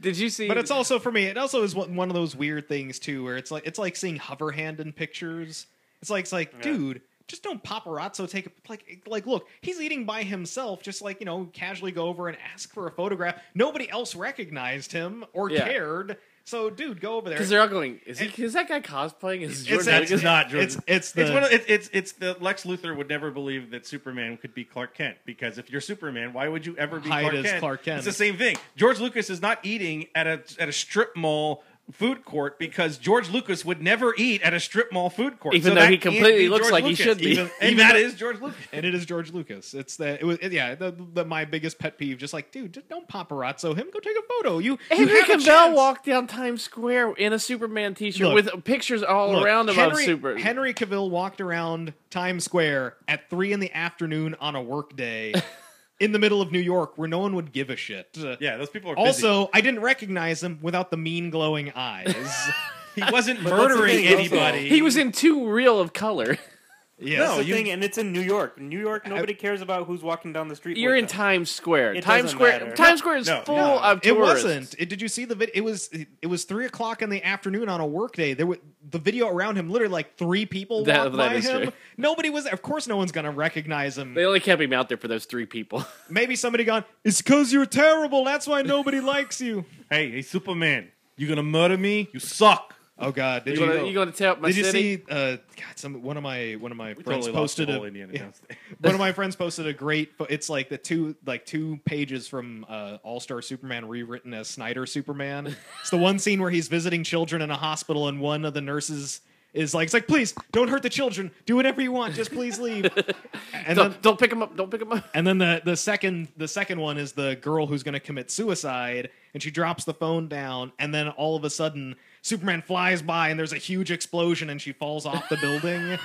S1: Did you see?
S8: But it's also for me. It also is one one of those weird things too, where it's like it's like seeing hover hand in pictures. It's like it's like, dude, just don't paparazzo take a, like like look. He's eating by himself. Just like you know, casually go over and ask for a photograph. Nobody else recognized him or
S1: Yeah.
S8: cared. So, dude, go over there.
S1: because they're all going. Is he? Is that guy cosplaying? Is George
S8: It's,
S1: Lucas?
S8: it's
S7: not George-
S8: It's it's the
S7: It's one of it, it's it's the Lex Luthor would never believe that Superman could be Clark Kent because if you're Superman, why would you ever be
S8: Hide
S7: Clark
S8: as
S7: Kent?
S8: Clark Kent.
S7: It's the same thing. George Lucas is not eating at a at a strip mall food court because George Lucas would never eat at a strip mall food court.
S1: Even though
S7: that
S1: he
S7: can't
S1: completely
S7: be
S1: looks
S7: George
S1: like he
S7: Lucas.
S1: should be.
S7: Even- and
S8: Even
S7: that
S8: though-
S7: is George Lucas.
S8: and it is George Lucas. It's that it was it- yeah. The, the, my biggest pet peeve, just like dude, just don't paparazzo him. Go take a photo. You you
S1: Henry
S8: have a
S1: Cavill
S8: chance.
S1: walked down Times Square in a Superman
S8: Look.
S1: T-shirt with pictures all
S8: Look,
S1: around him of
S8: Henry,
S1: Super.
S8: Henry Cavill walked around Times Square at three in the afternoon on a work day in the middle of New York where no one would give a shit. Uh,
S7: Yeah, those people are busy.
S8: Also, I didn't recognize him without the mean glowing eyes.
S7: He wasn't
S6: that's the
S7: murdering
S6: thing also.
S7: anybody.
S1: he was in two reel of color.
S8: yes.
S6: That's
S7: No,
S6: the
S7: you-
S6: thing, and it's in New York. New York, nobody cares about who's walking down the street.
S1: You're
S6: with
S1: in
S6: them.
S1: Times Square.
S6: It
S1: Times
S6: doesn't
S1: Square.
S6: matter.
S1: Times Square is
S7: No,
S1: full
S7: no,
S1: of
S8: It
S1: tourists.
S8: wasn't. It- did you see the video? It was. It, it was three o'clock in the afternoon on a work day. There were the video around him. Literally, like three people
S1: That-
S8: walked
S1: that
S8: by
S1: is
S8: him.
S1: true.
S8: Nobody was. Of course, no one's gonna recognize him.
S1: They only kept him out there for those three people.
S8: Maybe somebody gone. It's because you're terrible. That's why nobody likes you.
S7: hey, hey, Superman, you gonna murder me? You suck.
S8: Oh God! Did
S1: You
S8: you,
S1: gonna, you gonna tear up my
S8: Did you
S1: city?
S8: see? Uh, God, some one of my one of my
S7: We
S8: friends
S7: totally lost
S8: posted
S7: the whole
S8: a
S7: Indiana
S8: yeah.
S7: Jones thing.
S8: one of my friends posted a great. pho- It's like the two like two pages from uh, All Star Superman rewritten as Snyder Superman. it's the one scene where he's visiting children in a hospital, and one of the nurses is like, "It's like please don't hurt the children. Do whatever you want. Just please leave." and
S1: don't,
S8: then
S1: don't pick him up. Don't pick him up.
S8: and then the the second the second one is the girl who's going to commit suicide, and she drops the phone down, and then all of a sudden Superman flies by, and there's a huge explosion, and she falls off the building.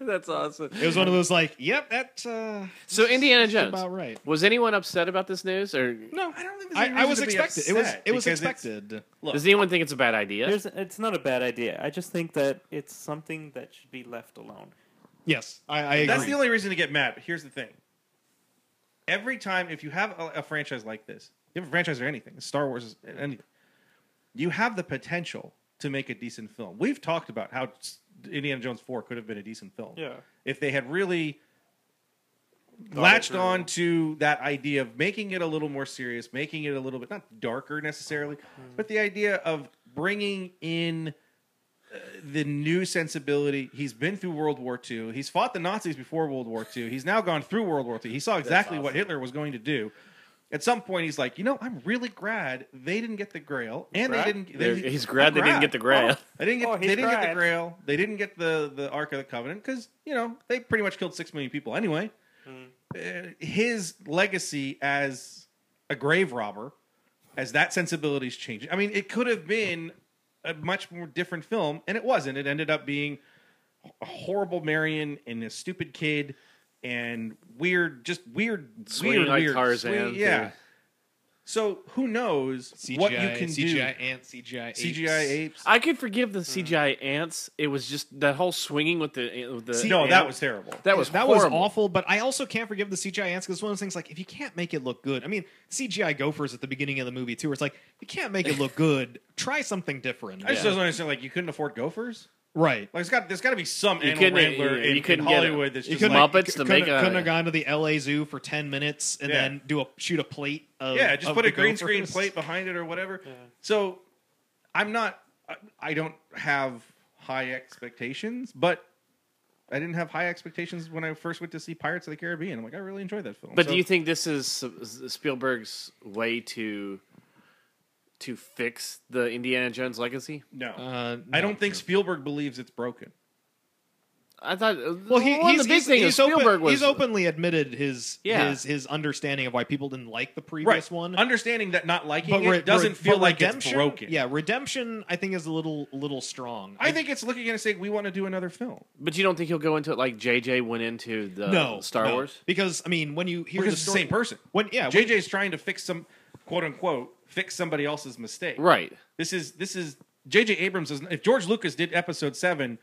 S1: That's awesome.
S8: It was one of those like, yep, that. Uh,
S1: So Indiana Jones.
S8: about right.
S1: Was anyone upset about this news, or
S8: no,
S7: I don't think there's any
S8: I, I
S7: reason
S8: was
S7: to be
S8: expected. It was
S7: upset
S8: it was
S7: because it's-
S8: expected.
S7: Look,
S1: does anyone think it's a bad idea?
S6: There's, it's not a bad idea. I just think that it's something that should be left alone.
S8: Yes, I, I agree.
S7: That's the only reason to get mad. But here's the thing: every time, if you have a, a franchise like this, you have a franchise or anything, Star Wars, is anything, you have the potential to make a decent film. We've talked about how s- Indiana Jones Four could have been a decent film,
S6: Yeah.
S7: if they had really
S6: Thought
S7: latched
S6: it through.
S7: on to that idea of making it a little more serious, making it a little bit not darker necessarily,
S1: Mm.
S7: but the idea of bringing in uh, the new sensibility. He's been through World War II. He's fought the Nazis before World War II. He's now gone through World War II. He saw exactly what Hitler was going to do. At some point, he's like, you know, I'm really glad they didn't get the Grail, and
S1: Right.
S7: they didn't.
S1: They're-
S7: They,
S1: he's glad they didn't get the Grail.
S7: Oh, they didn't get.
S6: Oh,
S7: they
S6: he's
S7: didn't get the
S6: glad.
S7: Grail. They didn't get the the Ark of the Covenant because you know they pretty much killed six million people anyway
S6: Hmm.
S7: uh, his legacy as a grave robber, as that sensibility's changing. I mean, it could have been a much more different film, and it wasn't. It ended up being a horrible Marion and a stupid kid and weird, just weird,
S1: Swinging
S7: weird,
S1: like
S7: weird.
S1: Tarzan
S7: swing-
S1: through-
S7: yeah. So who knows
S8: CGI,
S7: what you can
S8: CGI ants, CGI
S7: do? CGI apes.
S1: I could forgive the
S8: Hmm.
S1: CGI ants. It was just that whole swinging with the with the.
S7: no, that
S1: ant-
S7: was terrible.
S1: that was
S8: that
S1: horrible.
S8: was awful. But I also can't forgive the CGI ants because one of those things like if you can't make it look good, I mean CGI gophers at the beginning of the movie too. Where it's like you can't make it look good. Try something different.
S7: I just don't understand. Like you couldn't afford gophers.
S8: right.
S7: Like it's got there's got to be some animal
S1: couldn't-
S7: wrangler
S1: yeah,
S7: in,
S1: you couldn't
S7: in
S1: get a-
S7: Hollywood that's
S1: you
S7: just
S1: couldn't-
S7: like,
S1: Muppets to
S8: couldn't,
S1: make a-
S8: couldn't have gone to the LA Zoo for ten minutes and
S7: Yeah.
S8: then do a shoot a plate. Of,
S7: yeah, just
S8: of
S7: put
S8: the
S7: a green screen
S8: gophers.
S7: plate behind it or whatever. So I'm not, I- I don't have high expectations, but I didn't have high expectations when I first went to see Pirates of the Caribbean. I'm like, I really enjoyed that film.
S1: But
S7: So-
S1: do you think this is Spielberg's way to to fix the Indiana Jones legacy?
S7: no,
S8: Uh, no.
S7: I don't think Spielberg believes it's broken.
S1: I thought. uh,
S8: Well, he,
S1: one
S8: he's,
S1: of the big
S8: he's,
S1: thing
S8: he's
S1: is Spielberg
S8: open,
S1: was
S8: he's openly admitted his,
S1: Yeah.
S8: his his understanding of why people didn't like the
S7: Right.
S8: previous one.
S7: Understanding that not liking
S8: but
S7: it
S8: re-
S7: doesn't
S8: but
S7: feel like it's
S8: redemption,
S7: broken.
S8: Yeah, redemption I think is a little little strong.
S7: I think it's looking at it and saying, we want to do another film.
S1: But you don't think he'll go into it like JJ went into the
S8: no
S1: Star
S8: no.
S1: Wars?
S8: because I mean when you hear
S7: Because
S8: the
S7: it's the
S8: story-
S7: same person.
S8: When yeah, when-
S7: JJ's trying to fix some, quote unquote, fix somebody else's mistake.
S1: Right.
S7: This is this is J.J. Abrams is if George Lucas did Episode Seven,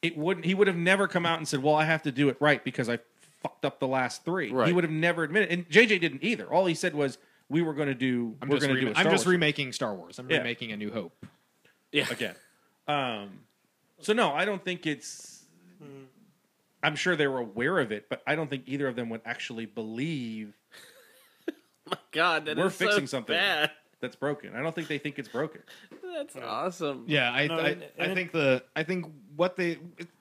S7: it wouldn't. He would have never come out and said, "Well, I have to do it right because I fucked up the last three.
S1: Right.
S7: He would have never admitted. And J.J. didn't either. All he said was, "We were going to do.
S8: I'm
S7: we're
S8: just,
S7: going to
S8: rem-
S7: do. A
S8: I'm
S7: Star
S8: just
S7: Wars
S8: remaking Star Wars. I'm
S7: Yeah.
S8: remaking A New Hope.
S1: Yeah.
S7: again. Um, so no, I don't think it's. I'm sure they were aware of it, but I don't think either of them would actually believe
S1: God, that
S7: we're
S1: is so
S7: fixing something
S1: bad.
S7: that's broken. I don't think they think it's broken.
S1: That's awesome.
S8: Yeah, I,
S6: No,
S8: I,
S6: and-
S8: I
S6: and-
S8: think the I think what they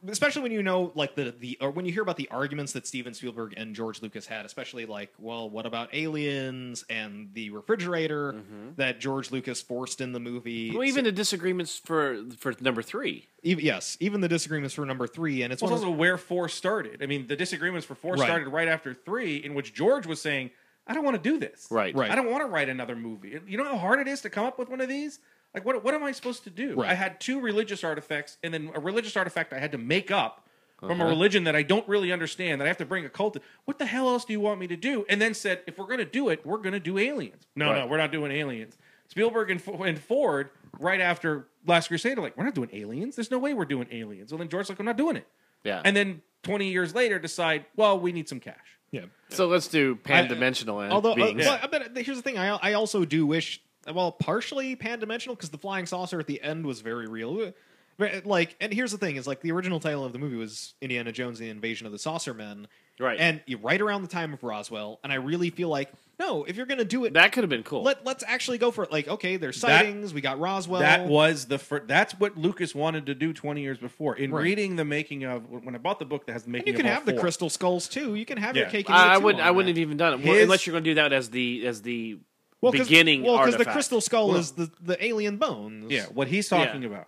S8: especially when you know like the the or when you hear about the arguments that Steven Spielberg and George Lucas had, especially like well, what about aliens and the refrigerator that George Lucas forced in the movie?
S1: Well, even the disagreements for for number three.
S8: So- even- yes, even the disagreements for number three, and it's
S7: Well,
S8: one
S7: it's
S8: of
S7: also where four started. I mean, the disagreements for four
S8: Right.
S7: started right after three, in which George was saying, "I don't want to do this.
S1: Right.
S8: Right.
S7: I don't want to write another movie. You know how hard it is to come up with one of these. Like, what what am I supposed to do?
S8: Right.
S7: I had two religious artifacts, and then a religious artifact I had to make up from a religion that I don't really understand. That I have to bring a cult. To. What the hell else do you want me to do? And then said, if we're going to do it, we're going to do aliens. No,
S1: Right.
S7: no, we're not doing aliens. Spielberg and, Fo- and Ford right after Last Crusade are like, we're not doing aliens. There's no way we're doing aliens. Well, then George's like, I'm not doing it
S1: Yeah.
S7: and then 20 years later decide, well, we need some cash.
S8: yeah.
S1: so let's do pan dimensional and
S8: Although, uh,
S1: beings.
S8: well, I bet here's the thing: I I also do wish, well, partially pan-dimensional because the flying saucer at the end was very real. But, Like, and here's the thing: is like the original title of the movie was Indiana Jones: and The Invasion of the Saucer Men,
S1: Right.
S8: And you right around the time of Roswell, and I really feel like no, if you're gonna do it,
S1: that could have been cool.
S8: let let's actually go for it. Like, okay, there's
S7: That-
S8: sightings, we got Roswell,
S7: that was the first, that's what Lucas wanted to do 20 years before. In
S8: Right.
S7: reading the making of when I bought the book that has the
S8: and you
S7: making
S8: can
S7: of all
S8: have the
S7: four,
S8: crystal skulls too. You can have your
S7: Yeah.
S8: cake. And eat
S1: I, I
S8: it, too,
S1: wouldn't.
S8: on
S1: I wouldn't
S8: that.
S1: have even done it well,
S7: His-
S1: unless you're going to do that as the as the
S8: well, 'cause-
S1: beginning
S8: Well,
S1: artifact.
S8: the crystal skull
S7: Well-
S8: is the the alien bones.
S7: Yeah, what he's talking
S1: Yeah.
S7: about.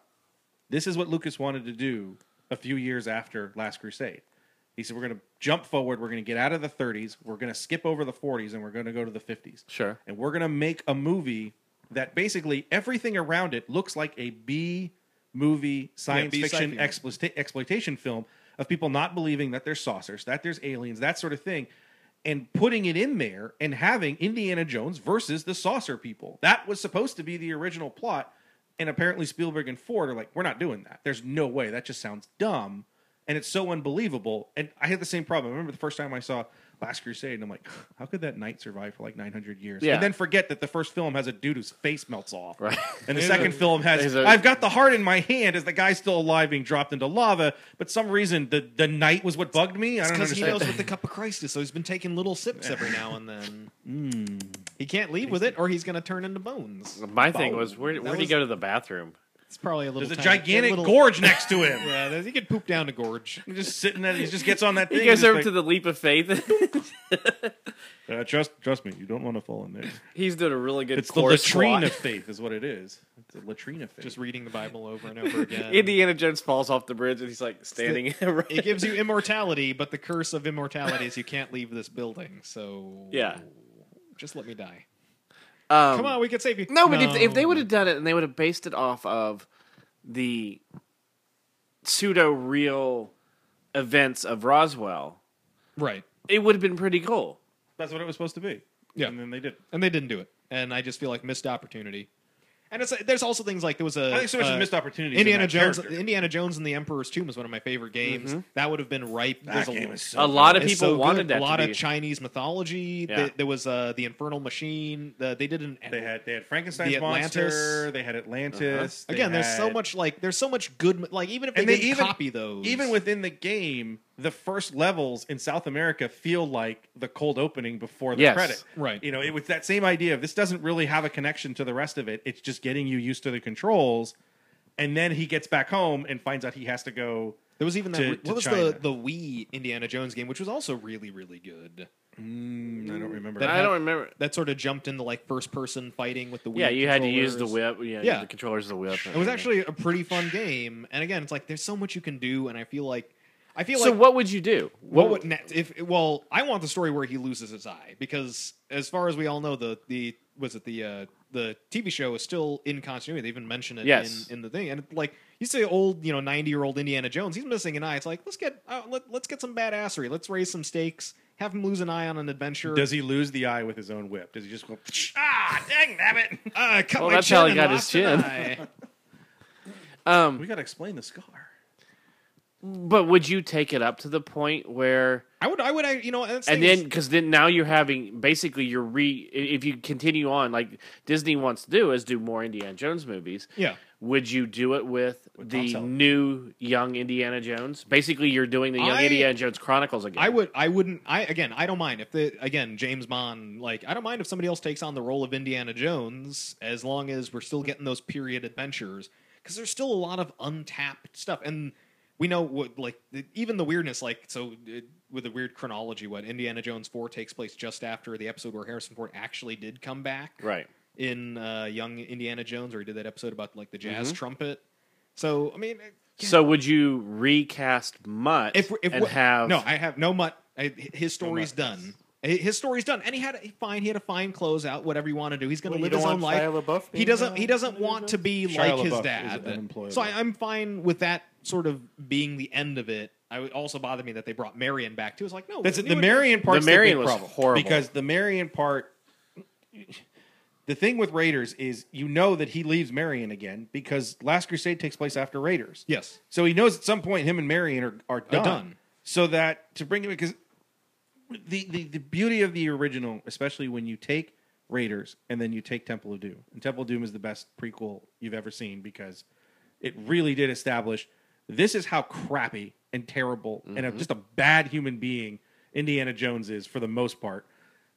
S7: This is what Lucas wanted to do a few years after Last Crusade. He said we're going to jump forward, we're going to get out of the 30s, we're going to skip over the 40s and we're going to go to the 50s.
S1: Sure.
S7: And we're going to make a movie that basically everything around it looks like a B movie science
S8: B
S7: fiction
S8: sci-fi.
S7: exploita- exploitation film of people not believing that there's saucers, that there's aliens, that sort of thing, and putting it in there and having Indiana Jones versus the saucer people. That was supposed to be the original plot. And apparently Spielberg and Ford are like, we're not doing that. There's no way. That just sounds dumb. And it's so unbelievable. And I had the same problem. I remember the first time I saw Last Crusade, and I'm like, how could that knight survive for like 900 years?
S1: Yeah.
S7: And then forget that the first film has a dude whose face melts off.
S1: Right.
S7: And the second film has,
S1: There's
S7: i
S1: a-
S7: I've got the heart in my hand as the guy's still alive being dropped into lava. But some reason the, the knight was what bugged me. I don't
S8: Because he
S7: understand.
S8: knows what the cup of Christ is, so he's been taking little sips every now and then.
S7: Hmm.
S8: He can't leave with it, or he's going to turn into bones.
S1: My thing was, where, where did he
S8: was-
S1: go to the bathroom?
S8: It's probably a little.
S7: There's a
S8: tiny-
S7: gigantic
S8: little-
S7: gorge next to him.
S8: Yeah, there's- he could poop down a gorge.
S7: He's just sitting there. He just gets on that thing.
S1: He goes
S7: and
S1: over
S7: just
S1: to the leap of faith.
S7: like, "Uh, trust, trust me, you don't want to fall in there.
S1: He's doing a really good.
S7: It's the
S1: core
S7: latrine
S1: squat.
S7: of faith, is what it is. It's the latrine of faith.
S8: Just reading the Bible over and over again.
S1: Indiana Jones falls off the bridge and he's like standing. right.
S8: It gives you immortality, but the curse of immortality is you can't leave this building. So
S1: Yeah.
S8: just let me die.
S1: Um,
S8: Come on, we could save you. Um,
S1: No, but If, if they would have done it and they would have based it off of the pseudo real events of Roswell,
S8: right,
S1: it would have been pretty cool.
S7: That's what it was supposed to be.
S8: Yeah.
S7: and then they did.
S8: and they didn't do it, and I just feel like missed opportunity. And it's there's also things like there was a
S7: I think so much
S8: uh,
S7: as missed opportunities.
S8: Indiana
S7: in that
S8: Jones,
S7: character.
S8: Indiana Jones and the Emperor's Tomb is one of my favorite games. That would have been ripe.
S7: Mm-hmm.
S8: There's
S7: That game is
S1: A
S7: so
S1: lot of
S8: it's
S1: people
S8: so good.
S1: wanted that.
S8: A lot
S1: to
S8: of
S1: be.
S8: Chinese mythology.
S1: Yeah.
S8: There, there was uh, the Infernal Machine. The, they did an
S7: They had they had Frankenstein's
S8: The Atlantis. Uh-huh.
S7: monster. They had Atlantis. they
S8: again. There's so
S7: had-
S8: much like there's so much good. Like even if they,
S7: And they
S8: didn't
S7: even-
S8: copy those,
S7: Even within the game, the first levels in South America feel like the cold opening before the
S1: Yes.
S7: credit.
S8: Right.
S7: You know, it was that same idea of this doesn't really have a connection to the rest of it. It's just getting you used to the controls. And then he gets back home and finds out he has to go.
S8: there was even that.
S7: to-
S8: what
S7: to
S8: was
S7: China.
S8: the the Wii Indiana Jones game, which was also really really good.
S7: Mm, I don't remember.
S8: That
S1: I don't remember.
S8: That sort of jumped into like first person fighting with the Wii
S1: Yeah, you had to use the
S8: controllers.
S1: whip. Yeah,
S8: Yeah.
S1: the controllers, the whip.
S8: It was actually a pretty fun game, and again, it's like there's so much you can do, and I feel like I feel
S1: So
S8: like
S1: what would you do?
S8: What would ne- if? Well, I want the story where he loses his eye because, as far as we all know, the the was it the uh, the TV show is still in continuity. They even mention it
S1: Yes.
S8: in, in the thing, and like you say, old you know ninety year old Indiana Jones, he's missing an eye. It's like let's get uh, let, let's get some badassery. Let's raise some stakes. Have him lose an eye on an adventure.
S7: Does he lose the eye with his own whip? Does he just go, ah, dang, Uh, nabbit?
S8: Ah, I cut
S1: Well,
S8: my
S1: that's
S8: chin
S1: how he
S8: and
S1: got his
S8: lost an
S1: chin.
S8: eye.
S1: Um,
S7: We got to explain the scar.
S1: but would you take it up to the point where,
S8: I would, I would, I you know, and, that's the
S1: and
S8: thing
S1: then
S8: is-
S1: because then now you're having basically you're re if you continue on like Disney wants to do is do more Indiana Jones movies.
S8: yeah,
S1: Would you do it with,
S7: Tom
S1: the
S7: Selleck.
S1: new young Indiana Jones? Basically, you're doing the young
S8: I-
S1: Indiana Jones Chronicles again.
S8: I would. I wouldn't. I again. I don't mind if the again James Bond. Like I don't mind if somebody else takes on the role of Indiana Jones as long as we're still getting those period adventures because there's still a lot of untapped stuff and we know what like the- even the weirdness like so it, with the weird chronology what Indiana Jones four takes place just after the episode where Harrison Ford actually did come back
S1: Right.
S8: in uh, Young Indiana Jones where he did that episode about like the jazz trumpet. So I mean.
S1: So would you recast Mutt
S8: if, if
S1: and
S8: we-
S1: have
S8: no, I have no mutt. I, his story's done. Hi- His story's done, and he had a fine. He had a fine clothes out. Whatever you want to do, he's going to
S6: Well,
S8: live
S6: you don't
S8: his own
S6: want
S8: life.
S6: Shia LaBeouf
S8: he
S6: being,
S8: doesn't.
S6: uh,
S8: he doesn't want to be
S7: Shia
S8: like his
S7: LaBeouf is
S8: dad.
S7: unemployable.
S8: So I, I'm fine with that sort of being the end of it. I would also bother me that they brought Marion back too. It's like no,
S7: That's
S8: we
S7: it. The
S8: knew it-
S7: Marion part.
S1: The Marion was
S7: problem
S1: horrible.
S7: because the Marion part. The thing with Raiders is you know that he leaves Marion again because Last Crusade takes place after Raiders.
S8: Yes,
S7: So he knows at some point him and Marion are, are, done.
S8: done.
S7: So that to bring it because the, the, the beauty of the original, especially when you take Raiders and then you take Temple of Doom, and Temple of Doom is the best prequel you've ever seen because it really did establish this is how crappy and terrible and a, just a bad human being Indiana Jones is for the most part.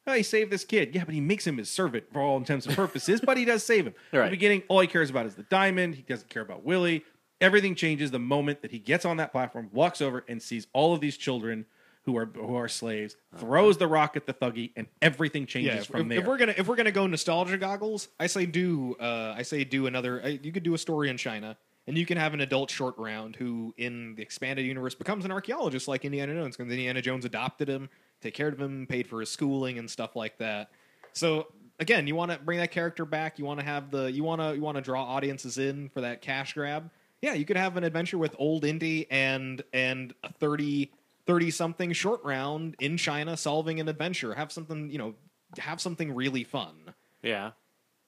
S7: Oh, he saved this kid. Yeah, but he makes him his servant for all intents and purposes, but he does save him. At
S1: Right.
S7: the beginning, all he cares about is the diamond. He doesn't care about Willie. Everything changes the moment that he gets on that platform, walks over, and sees all of these children who are who are slaves, throws the rock at the thuggy, and everything changes
S8: yeah. If,
S7: from
S8: if-
S7: there.
S8: if we're gonna if we're gonna go nostalgia goggles, I say do. Uh, I say do another. Uh, you could do a story in China, and you can have an adult short round who, in the expanded universe, becomes an archaeologist like Indiana Jones, because Indiana Jones adopted him, take care of him, paid for his schooling and stuff like that. So again, you want to bring that character back. You want to have the you want to you want to draw audiences in for that cash grab. yeah, you could have an adventure with old Indy and and a 30 30 something short round in China solving an adventure. Have something, you know, have something really fun.
S1: Yeah.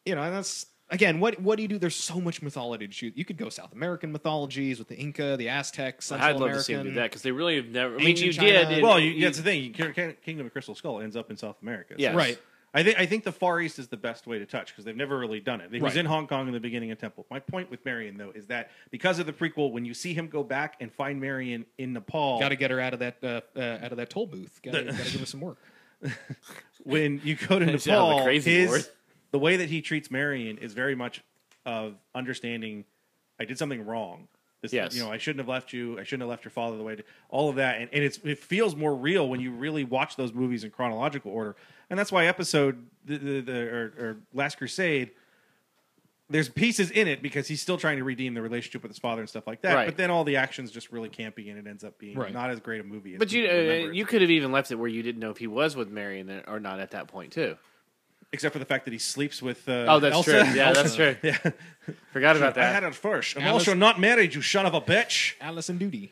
S8: You know, and that's again, what what do you do? There's so much mythology to shoot. You could go South American mythologies with the Inca, the Aztecs, Central
S1: I'd love
S8: American.
S1: to see him do that because they really have never. I mean,
S8: Ancient
S1: you
S8: China.
S1: did. in-
S7: Well, you, that's the thing. You, King- King- Kingdom of Crystal Skull ends up in South America.
S1: Yes.
S8: Right.
S7: I think I think the Far East is the best way to touch because they've never really done it. He was
S8: Right.
S7: in Hong Kong in the beginning of Temple. My point with Marion though is that because of the prequel, when you see him go back and find Marion in Nepal,
S8: Got to get her out of that uh, uh, out of that toll booth. Got to give her some work.
S7: when you go to
S1: It's out of the
S7: Nepal,
S1: crazy
S7: his-
S1: ward.
S7: the way that he treats Marion is very much of understanding. I did something wrong. This,
S1: Yes.
S7: you know, I shouldn't have left you. I shouldn't have left your father the way. I did." all of that, and, and it's it feels more real when you really watch those movies in chronological order, and that's why episode the the, the or, or Last Crusade. There's pieces in it because he's still trying to redeem the relationship with his father and stuff like that.
S1: Right.
S7: But then all the action's just really campy, and it ends up being
S8: Right.
S7: not as great a movie. As
S1: But you
S7: people remember
S1: uh,
S7: it.
S1: you could have even left it where you didn't know if he was with Marion or not at that point too.
S7: except for the fact that he sleeps with uh,
S1: Oh, that's
S7: Elsa.
S1: true. Yeah, that's true.
S7: Yeah.
S1: Forgot about
S7: I had
S1: that.
S7: it first. I'm
S8: Alice-
S7: also not married, you son of a bitch.
S8: Alice in Duty.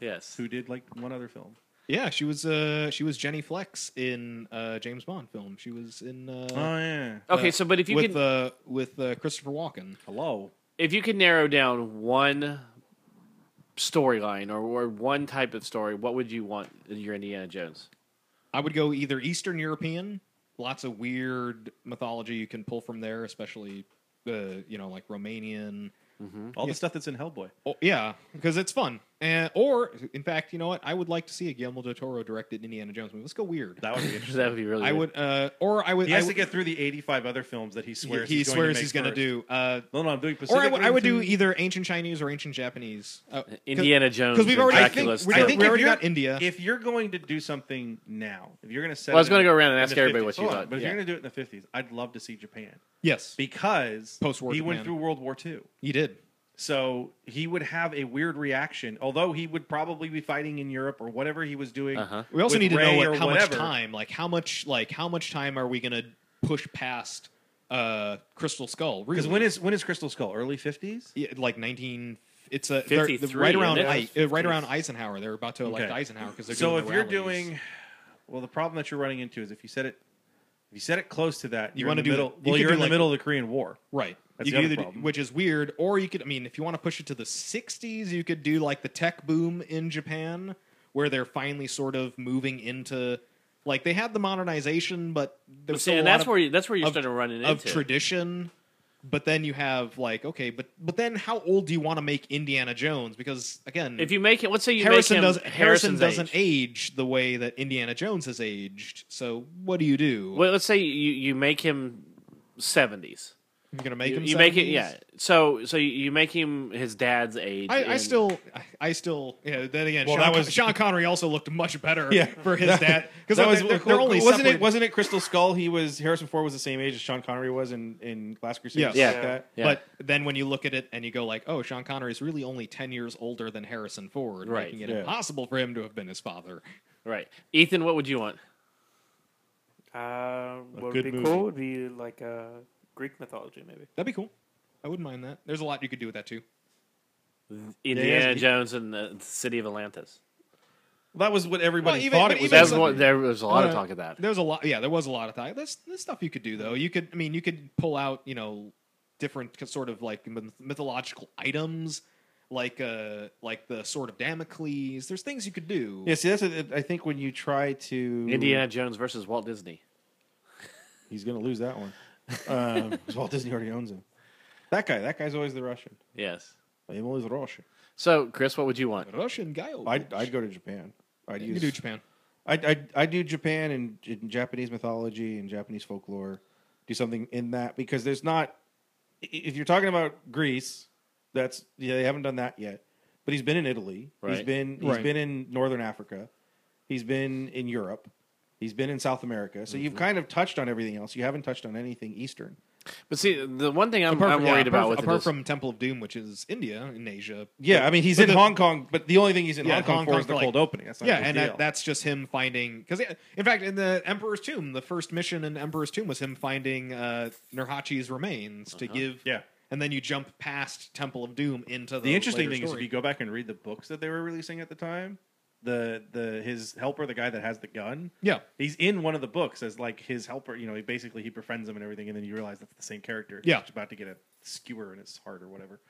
S1: Yes.
S7: Who did like one other film?
S8: Yeah, she was uh, she was Jenny Flex in uh, James Bond film. She was in uh,
S7: Oh, yeah.
S1: Okay,
S8: uh,
S1: so but if you
S8: with
S1: can
S8: uh, with uh, Christopher Walken.
S7: Hello.
S1: if you could narrow down one storyline or, or one type of story, what would you want in your Indiana Jones?
S8: I would go either Eastern European, lots of weird mythology you can pull from there, especially uh, you know like Romanian.
S1: Hmm?
S7: All the stuff that's in Hellboy.
S8: Oh, yeah, because it's fun. And, or in fact, you know what? I would like to see a Guillermo del Toro directed Indiana Jones movie. Let's go weird.
S7: That would be interesting.
S1: That would be really.
S8: I
S1: good.
S8: would, uh, or I would.
S7: He has
S8: I
S7: to
S8: would,
S7: get through the 85 other films that he
S8: he-
S7: swears
S8: he
S7: he's
S8: swears
S7: going
S8: he's
S7: to
S8: going to do. Uh,
S7: No, no, I'm doing Pacific
S8: or I would, I
S7: Rim
S8: would do
S7: 2.
S8: either ancient Chinese or ancient Japanese. Uh, 'cause-
S1: Indiana Jones.
S8: 'cause we've
S1: and
S8: already- I
S1: Dracula's
S8: think- we
S7: I
S1: stuff.
S7: think
S8: we
S7: if
S8: already
S7: you're-
S8: got India.
S7: If you're going to do something now, if you're going to set,
S1: Well, I was
S7: it
S1: gonna
S7: in-
S1: go around and
S7: in
S1: ask
S7: the
S1: everybody
S7: 50s
S1: what you
S7: hold on,
S1: thought.
S7: But if
S1: Yeah.
S7: you're going to do it in the 50s, I'd love to see Japan
S8: yes,
S7: because
S8: Post-war
S7: he went
S8: Japan.
S7: through World War II.
S8: you did.
S7: So he would have a weird reaction, although he would probably be fighting in Europe or whatever he was doing.
S1: Uh-huh.
S8: We also
S7: with
S8: need to
S7: Ray
S8: know
S7: or
S8: like, how
S7: whatever.
S8: much time, like how much, like how much time are we going to push past uh, Crystal Skull?
S7: Because
S8: really.
S7: when is when is Crystal Skull? Early fifties?
S8: Yeah, like 19 it's a they're- they're right
S1: 53,
S8: around
S1: isn't
S8: I,
S1: it?
S8: uh, right around Eisenhower they're about to elect
S7: Okay.
S8: Eisenhower because they're
S7: So
S8: doing
S7: if
S8: the
S7: you're
S8: rallies.
S7: doing, well, the problem that you're running into is if you set it, if you set it close to that,
S8: You
S7: you're in
S8: wanna
S7: the
S8: do-
S7: middle.
S8: you
S7: Well,
S8: could
S7: you're
S8: do
S7: in the
S8: like-
S7: middle of the Korean War.
S8: right
S7: That's
S8: you
S7: the
S8: could
S7: other
S8: either do-
S7: problem.
S8: which is weird or you could I mean if you want to push it to the 60s you could do like the tech boom in Japan where they're finally sort of moving into like they had the modernization but there was
S1: See,
S8: still a
S1: and
S8: lot
S1: that's
S8: of-
S1: where you, that's where you're
S8: of-
S1: starting to run into.
S8: of tradition but then you have like okay but but then how old do you want to make Indiana Jones because again
S1: if you make it, let's say you
S8: Harrison
S1: make him
S8: doesn't Harrison
S1: Harrison's
S8: doesn't
S1: age.
S8: age the way that Indiana Jones has aged. So what do you do?
S1: Well, let's say you you make him seventies.
S8: You're gonna make
S1: You,
S8: him.
S1: you make it,
S8: 70s?
S1: yeah. So so you- you make him his dad's age.
S8: I, I
S1: in-
S8: still, I- I still, yeah. Then again,
S7: Well,
S8: Sean,
S7: that
S8: Con-
S7: was-
S8: Sean Connery also looked much better
S7: Yeah.
S8: for his dad because
S7: That
S8: they're,
S7: was
S8: they're, they're only
S7: wasn't
S8: separated-
S7: it wasn't it Crystal Skull? He was Harrison Ford was the same age as Sean Connery was in in Last Crusade.
S8: Yes.
S7: stuff like
S1: Yeah.
S7: that.
S1: Yeah.
S8: But then when you look at it and you go like, oh, Sean Connery is really only ten years older than Harrison Ford,
S1: Right,
S8: making it
S7: yeah.
S8: impossible for him to have been his father.
S1: right. Ethan, what would you want?
S6: Uh, what
S7: good
S6: would be
S7: movie.
S6: cool would be like uh, Greek mythology, maybe.
S8: That'd be cool. I wouldn't mind that. There's a lot you could do with that too.
S1: Indiana
S7: yes, he-
S1: Jones and the city of Atlantis.
S7: That was what everybody
S8: Well, even-
S7: thought
S8: but
S7: it was.
S8: even
S1: That
S7: That's
S1: was what, there was a lot
S8: Uh,
S1: of talk of that.
S8: There's a lot. Yeah, there was a lot of talk. That's that's stuff you could do though. You could, I mean, you could pull out, you know, different k- sort of like myth- mythological items, like uh, like the sword of Damocles. There's things you could do.
S7: yeah, see, that's what, I think when you try to
S1: Indiana Jones versus Walt Disney.
S7: he's going to lose that one. Um, 'cause Walt Disney already owns him. That guy, that guy's always the Russian.
S1: Yes.
S7: I'm always the Russian.
S1: So, Chris, what would you want?
S8: Russian guy.
S7: I'd, I'd go to Japan. I'd
S8: you could do
S7: use.
S8: Japan.
S7: I'd, I'd, I'd do Japan and, and Japanese mythology and Japanese folklore. Do something in that because there's not. i- If you're talking about Greece, that's yeah they haven't done that yet. But he's been in Italy. He's
S1: Right.
S7: been he's
S8: Right.
S7: been in Northern Africa. He's been in Europe. He's been in South America. So you've kind of touched on everything else. You haven't touched on anything Eastern.
S1: But see, the one thing I'm,
S8: Apart
S1: I'm
S8: from- yeah,
S1: worried
S8: apart
S1: about
S8: from-
S1: with it
S8: apart
S1: is-
S8: from Temple of Doom, which is India in Asia.
S7: Yeah, I mean he's
S8: but
S7: in
S8: the-
S7: Hong Kong, but the only thing he's in
S8: Yeah,
S7: Hong Kong,
S8: Hong
S7: for
S8: Kong
S7: is the
S8: for, like-
S7: cold opening. That's not a
S8: yeah,
S7: big
S8: and
S7: deal.
S8: that, that's just him finding because in fact in the Emperor's
S1: Uh-huh.
S8: Tomb, the first mission in Emperor's Tomb was him finding uh, Nurhaci's remains to give
S7: yeah.
S8: and then you jump past Temple of Doom into the
S7: The interesting
S8: later
S7: thing is if
S8: story.
S7: you go back and read the books that they were releasing at the time, the the his helper, the guy that has the gun,
S8: yeah
S7: he's in one of the books as like his helper. You know, he basically he befriends him and everything, and then you realize that's the same character.
S8: Yeah.
S7: he's about to get a skewer in his heart or whatever.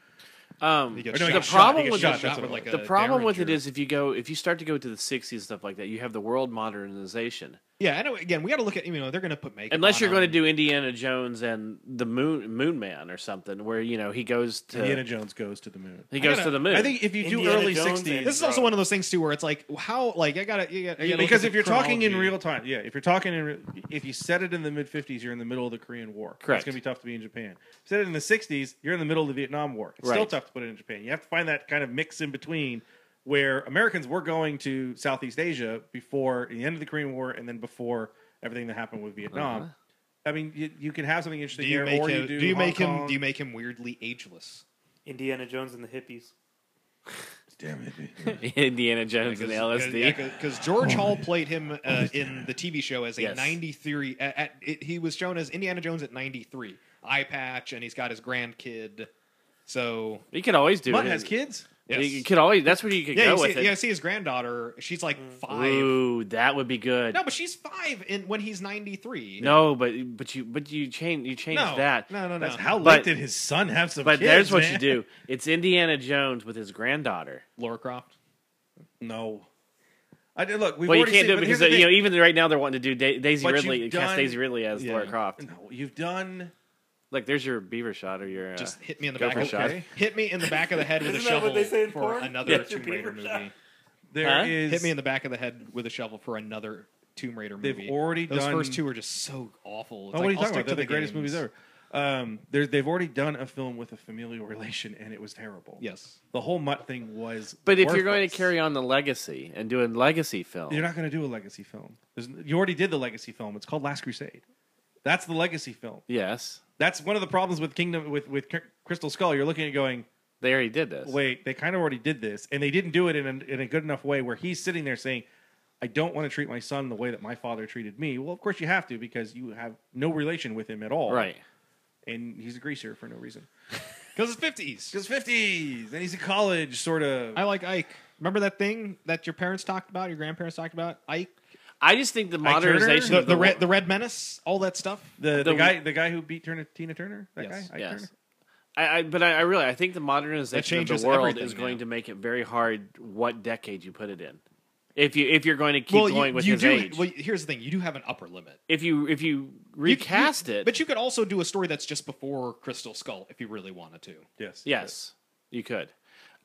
S1: Um,
S8: He
S1: the
S8: gets
S7: Or no, he
S8: shot.
S7: gets
S1: problem
S7: he gets
S1: with
S7: shot,
S1: the-
S7: that's what it
S8: with, like,
S7: was.
S8: a
S1: problem with it
S8: Derringer.
S1: is if you go if you start to go to the 60s and stuff like that, you have the world modernization.
S8: yeah and again we got to look at you know they're going to put makeup
S1: Unless
S8: on
S1: you're
S8: him.
S1: going to do Indiana Jones and the Moon Moon Man or something, where you know he goes to
S7: Indiana Jones goes to the moon.
S1: he goes
S8: gotta-
S1: to the moon.
S7: I think if you do
S6: Indiana
S7: early
S6: Jones and-
S7: sixties,
S8: this is also one of those things too where it's like how like I gotta, you gotta, I gotta look
S7: because
S8: at
S7: if
S8: the
S7: you're talking in
S8: chronology.
S7: real time, yeah, if you're talking in, re- if you set it in the mid '50s, you're in the middle of the Korean War.
S1: Correct.
S7: It's going to be tough to be in Japan. Set it in the '60s, you're in the middle of the Vietnam War. It's still
S1: Right.
S7: tough to put it in Japan. You have to find that kind of mix in between where Americans were going to Southeast Asia before the end of the Korean War and then before everything that happened with Vietnam.
S1: Uh-huh.
S7: I mean, you, you can have something interesting
S8: do you
S7: there,
S8: make
S7: or
S8: him
S7: you do.
S8: do you
S7: Hong
S8: make him
S7: Kong.
S8: do you make him weirdly ageless
S6: Indiana Jones and the hippies.
S7: Damn it!
S1: Indiana Jones and LSD.
S8: because George Hall played him uh, in the TV show as a
S1: Yes.
S8: 93. At, at, it, he was shown as Indiana Jones at 93, eye patch, and he's got his grandkid. So
S1: You could always do
S7: Mutt
S1: it.
S7: has kids.
S8: yes.
S1: You could always. That's where you could
S8: yeah,
S1: go
S8: you
S1: with
S8: see,
S1: it. Mm.
S8: yeah, see his granddaughter. She's like five.
S1: Ooh, that would be good.
S8: No, but she's five in when he's 93.
S1: No, but but you but you change you change
S8: no,
S1: that.
S8: No, no, no.
S7: That's how
S1: But-
S7: late did his son have some?
S1: But
S7: kids,
S1: there's what
S7: man?
S1: you do. It's Indiana Jones with his granddaughter.
S8: Laura Croft.
S7: No, I did. Look, we've
S1: well, you
S7: already
S1: can't
S7: seen,
S1: do it
S7: but here's
S1: because
S7: the
S1: you know
S7: thing.
S1: even right now they're wanting to do da- Daisy
S7: But
S1: Ridley
S7: you've
S1: cast
S7: done-
S1: Daisy Ridley as Laura
S8: Yeah.
S1: Croft.
S7: No, you've done.
S1: Look, there's your beaver shot or your uh,
S8: Just hit me in the
S1: go
S8: back
S1: for a
S8: of
S1: shot.
S8: the hit me in the back of the head with a
S6: Isn't that what
S8: shovel
S6: they say in
S8: for
S6: porn?
S8: another
S6: Get your
S8: Tomb Raider
S6: beaver
S8: movie.
S6: shot.
S7: There
S1: Huh?
S7: is
S8: Hit me in the back of the head with a shovel for another Tomb Raider movie.
S7: They've already
S8: Those
S7: done-
S8: first two are just so awful. It's
S7: Oh,
S8: like,
S7: what are you
S8: I'll
S7: talking
S8: stick
S7: about? They're
S8: to
S7: the, greatest
S8: games.
S7: movies ever. Um, there- they've already done a film with a familial relation, and it was terrible.
S8: Yes.
S7: the whole mutt thing was.
S1: But if you're going to
S7: worthless.
S1: carry on the legacy and do a legacy film,
S7: you're not going to do a legacy film. There's, you already did the legacy film. It's called Last Crusade. That's the legacy film.
S1: yes,
S7: That's one of the problems with Kingdom with with Cr- Crystal Skull. You're looking at it going,
S1: they already did this.
S7: wait, they kind of already did this, and they didn't do it in a, in a good enough way where he's sitting there saying, I don't want to treat my son the way that my father treated me. Well, of course you have to because you have no relation with him at all.
S1: right?
S7: And he's a greaser for no reason.
S8: Because it's fifties.
S7: He's 50s and he's in college, sort of.
S8: I like Ike. Remember that thing that your parents talked about, your grandparents talked about? Ike,
S1: I just think the
S7: Turner?
S1: modernization
S8: the,
S1: of
S8: the, red, the Red Menace, all that stuff.
S7: the, the,
S1: the-
S7: guy the guy who beat Turner, Tina Turner? That
S8: Yes.
S7: guy? Ike
S1: yes.
S7: Turner?
S1: I, I, but I, I really I think the modernization of
S8: changes
S1: the world
S8: everything
S1: is going
S8: now.
S1: to make it very hard what decade you put it in. If you if you're going to keep
S8: well,
S1: going
S8: you,
S1: with
S8: you
S1: his
S8: do.
S1: age,
S8: Well, here's the thing: you do have an upper limit.
S1: if you if you
S8: You-
S1: recast
S8: you-
S1: it,
S8: but you could also do a story that's just before Crystal Skull if you really wanted to.
S7: Yes.
S1: yes, you could.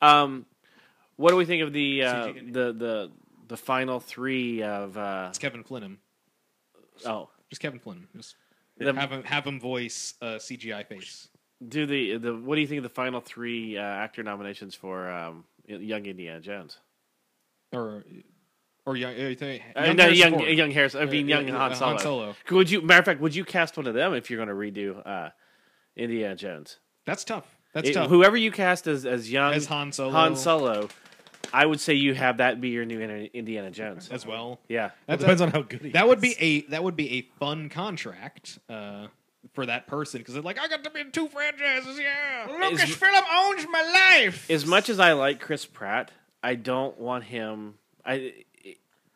S1: Um, what do we think of the uh,
S7: CG.
S1: the the the final three of uh,
S8: It's Kevin Flynn.
S1: oh
S8: Just Kevin Flynn. Just
S1: The-
S8: have him have him voice uh, CGI face.
S1: do the the what do you think of the final three uh, actor nominations for um, Young Indiana Jones?
S8: or or young, uh, th-
S1: Uh, no,
S8: Harrison
S1: young
S8: Ford.
S1: young Harrison. I mean,
S8: yeah,
S1: young
S8: yeah,
S1: Han
S8: Han
S1: Solo.
S8: Solo.
S1: Would you matter of fact? Would you cast one of them if you're going to redo uh, Indiana Jones?
S8: That's tough. That's
S1: It-
S8: tough.
S1: Whoever you cast as as young
S8: As Han Solo.
S1: Han Solo, I would say you have that be your new Indi- Indiana Jones.
S8: as well.
S1: Yeah,
S7: Well, it depends on how good he
S8: That would
S7: is.
S8: be a that would be a fun contract uh, for that person because they're like, I got to be in two franchises. Yeah,
S7: Lucasfilm owns my life.
S1: as much as I like Chris Pratt, I don't want him. I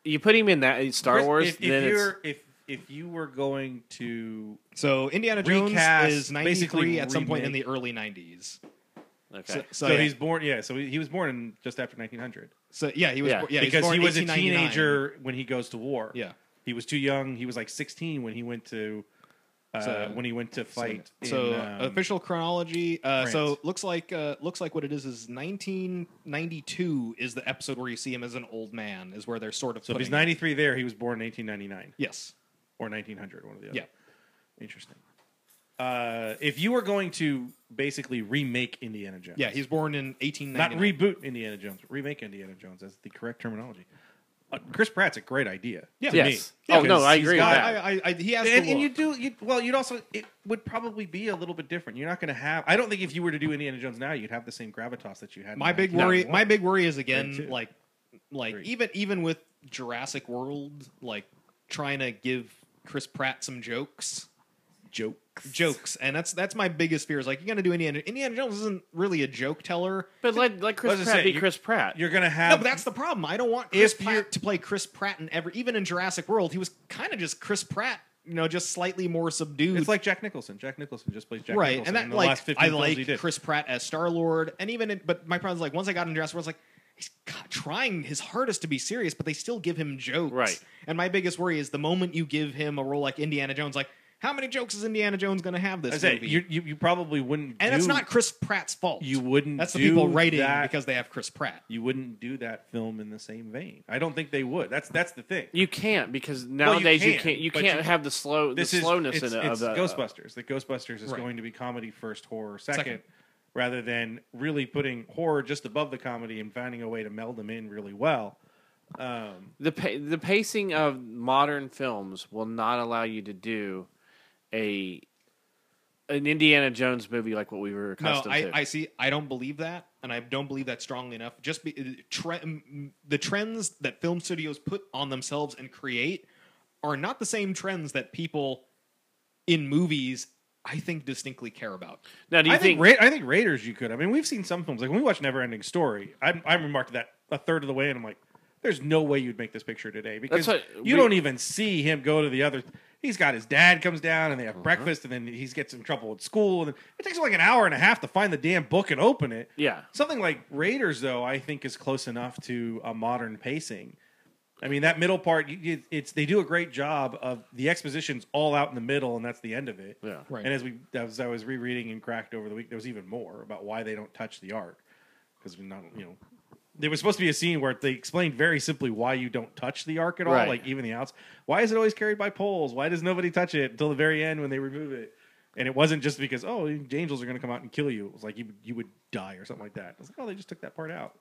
S1: you put him in that Star
S7: Chris,
S1: Wars,
S7: If, if
S1: then it's
S7: you're if if you were going to
S8: so Indiana Jones
S7: Recast,
S8: is ninety
S7: basically
S8: three at some point in
S7: remake.
S8: the early nineties.
S1: okay.
S8: So, so,
S7: so,
S8: yeah.
S7: he's born yeah, so he, he was born in just after 1900.
S8: so yeah, he was
S1: Yeah.
S8: bo- yeah, he's
S7: because
S8: born
S7: he was a
S8: 1899.
S7: teenager when he goes to war.
S8: Yeah.
S7: he was too young. He was like 16 when he went to uh,
S8: So-
S7: when he went to fight.
S8: So uh,
S7: in, um,
S8: official chronology. Uh, so
S7: France.
S8: looks like uh, looks like what it is is 1992 is the episode where you see him as an old man is where they're sort of.
S7: So if he's
S8: putting it.
S7: 93 there, he was born in 1899
S8: Yes.
S7: or 1900, one of the other.
S8: Yeah.
S7: interesting. Uh, if you were going to basically remake Indiana Jones,
S8: Yeah. He's born in 1899.
S7: not reboot Indiana Jones, but remake Indiana Jones as the correct terminology. Uh, Chris Pratt's a great idea.
S8: Yeah.
S7: to
S1: Yes.
S7: me,
S1: Yeah, oh no,
S7: because
S1: I
S7: he's
S1: agree with
S7: got-
S1: that.
S8: I, I, I, he has
S7: and,
S8: the
S7: and you
S8: look.
S7: do you, well you'd also it would probably be a little bit different you're not going to have i don't think if you were to do indiana jones now you'd have the same gravitas that you had in
S8: My big
S7: 1991.
S8: worry. My big worry is
S7: Three,
S8: again
S7: two.
S8: like like
S7: Three.
S8: even even with Jurassic World like trying to give Chris Pratt some jokes.
S7: jokes
S2: jokes.
S8: jokes, and that's that's my biggest fear. Is like you're gonna do Indiana Indiana Jones isn't really a joke teller.
S1: But let, let
S7: I
S1: Chris
S7: was
S1: Pratt
S7: gonna say,
S1: be
S7: you-
S1: Chris Pratt.
S7: You're gonna
S8: No,
S7: have
S8: but that's the problem. I don't want Chris
S7: If you're-
S8: Pratt to play Chris Pratt in every. Even in Jurassic World, he was kind of just Chris Pratt, you know, just slightly more subdued.
S7: It's like Jack Nicholson. Jack Nicholson just plays Jack
S8: right,
S7: Nicholson
S8: and that
S7: in the
S8: like
S7: last 15
S8: I
S7: films
S8: like
S7: he did.
S8: Chris Pratt as Star Lord, and even in, but my problem is like once I got in Jurassic World, it's like he's got, trying his hardest to be serious, but they still give him jokes.
S1: Right.
S8: and my biggest worry is the moment you give him a role like Indiana Jones, like how many jokes is Indiana Jones going to have this
S7: I say,
S8: movie?
S7: you, you you probably wouldn't.
S8: and
S7: do,
S8: it's not Chris Pratt's fault.
S7: You wouldn't
S8: That's the
S7: do
S8: people writing
S7: that-
S8: because they have Chris Pratt.
S7: You wouldn't do that film in the same vein. I don't think they would. That's that's the thing.
S1: You can't because nowadays you,
S7: can,
S1: can, not you
S7: but
S1: can't
S7: you-
S1: have the slow the
S7: This
S1: slowness
S7: is it's,
S1: in it
S7: it's
S1: of the uh,
S7: Ghostbusters. The Ghostbusters is
S8: Right.
S7: going to be comedy first, horror second,
S8: Second.
S7: rather than really putting horror just above the comedy and finding a way to meld them in really well. Um,
S1: the pa- the pacing of modern films will not allow you to do a an Indiana Jones movie like what we were
S8: No,
S1: accustomed
S8: I,
S1: to.
S8: I see. I don't believe that, and I don't believe that strongly enough. Just be, tre- m- the trends that film studios put on themselves and create are not the same trends that people in movies, I think, distinctly care about.
S1: now, do you
S7: I think
S1: think?
S7: Ra- I think Raiders you could. I mean, we've seen some films like when we watch Neverending Story. I I remarked that a third of the way, and I'm like, there's no way you'd make this picture today because
S1: what
S7: you
S1: we-
S7: don't even see him go to the other. He's got his dad comes down and they have
S1: Uh-huh.
S7: breakfast, and then he gets in trouble at school, and then it takes him like an hour and a half to find the damn book and open it.
S1: yeah,
S7: Something like Raiders, though, I think is close enough to a modern pacing. I mean, that middle part, you- you- it's they do a great job of the exposition's all out in the middle, and that's the end of it.
S1: Yeah.
S8: Right.
S7: And as we as I was rereading and cracked over the week, there was even more about why they don't touch the ark because we not you know there was supposed to be a scene where they explained very simply why you don't touch the ark at all,
S1: Right.
S7: like even the outs. Why is it always carried by poles? Why does nobody touch it until the very end when they remove it? And it wasn't just because oh, the angels are going to come out and kill you. It was like you you would die or something like that. I was like, oh, they just took that part out.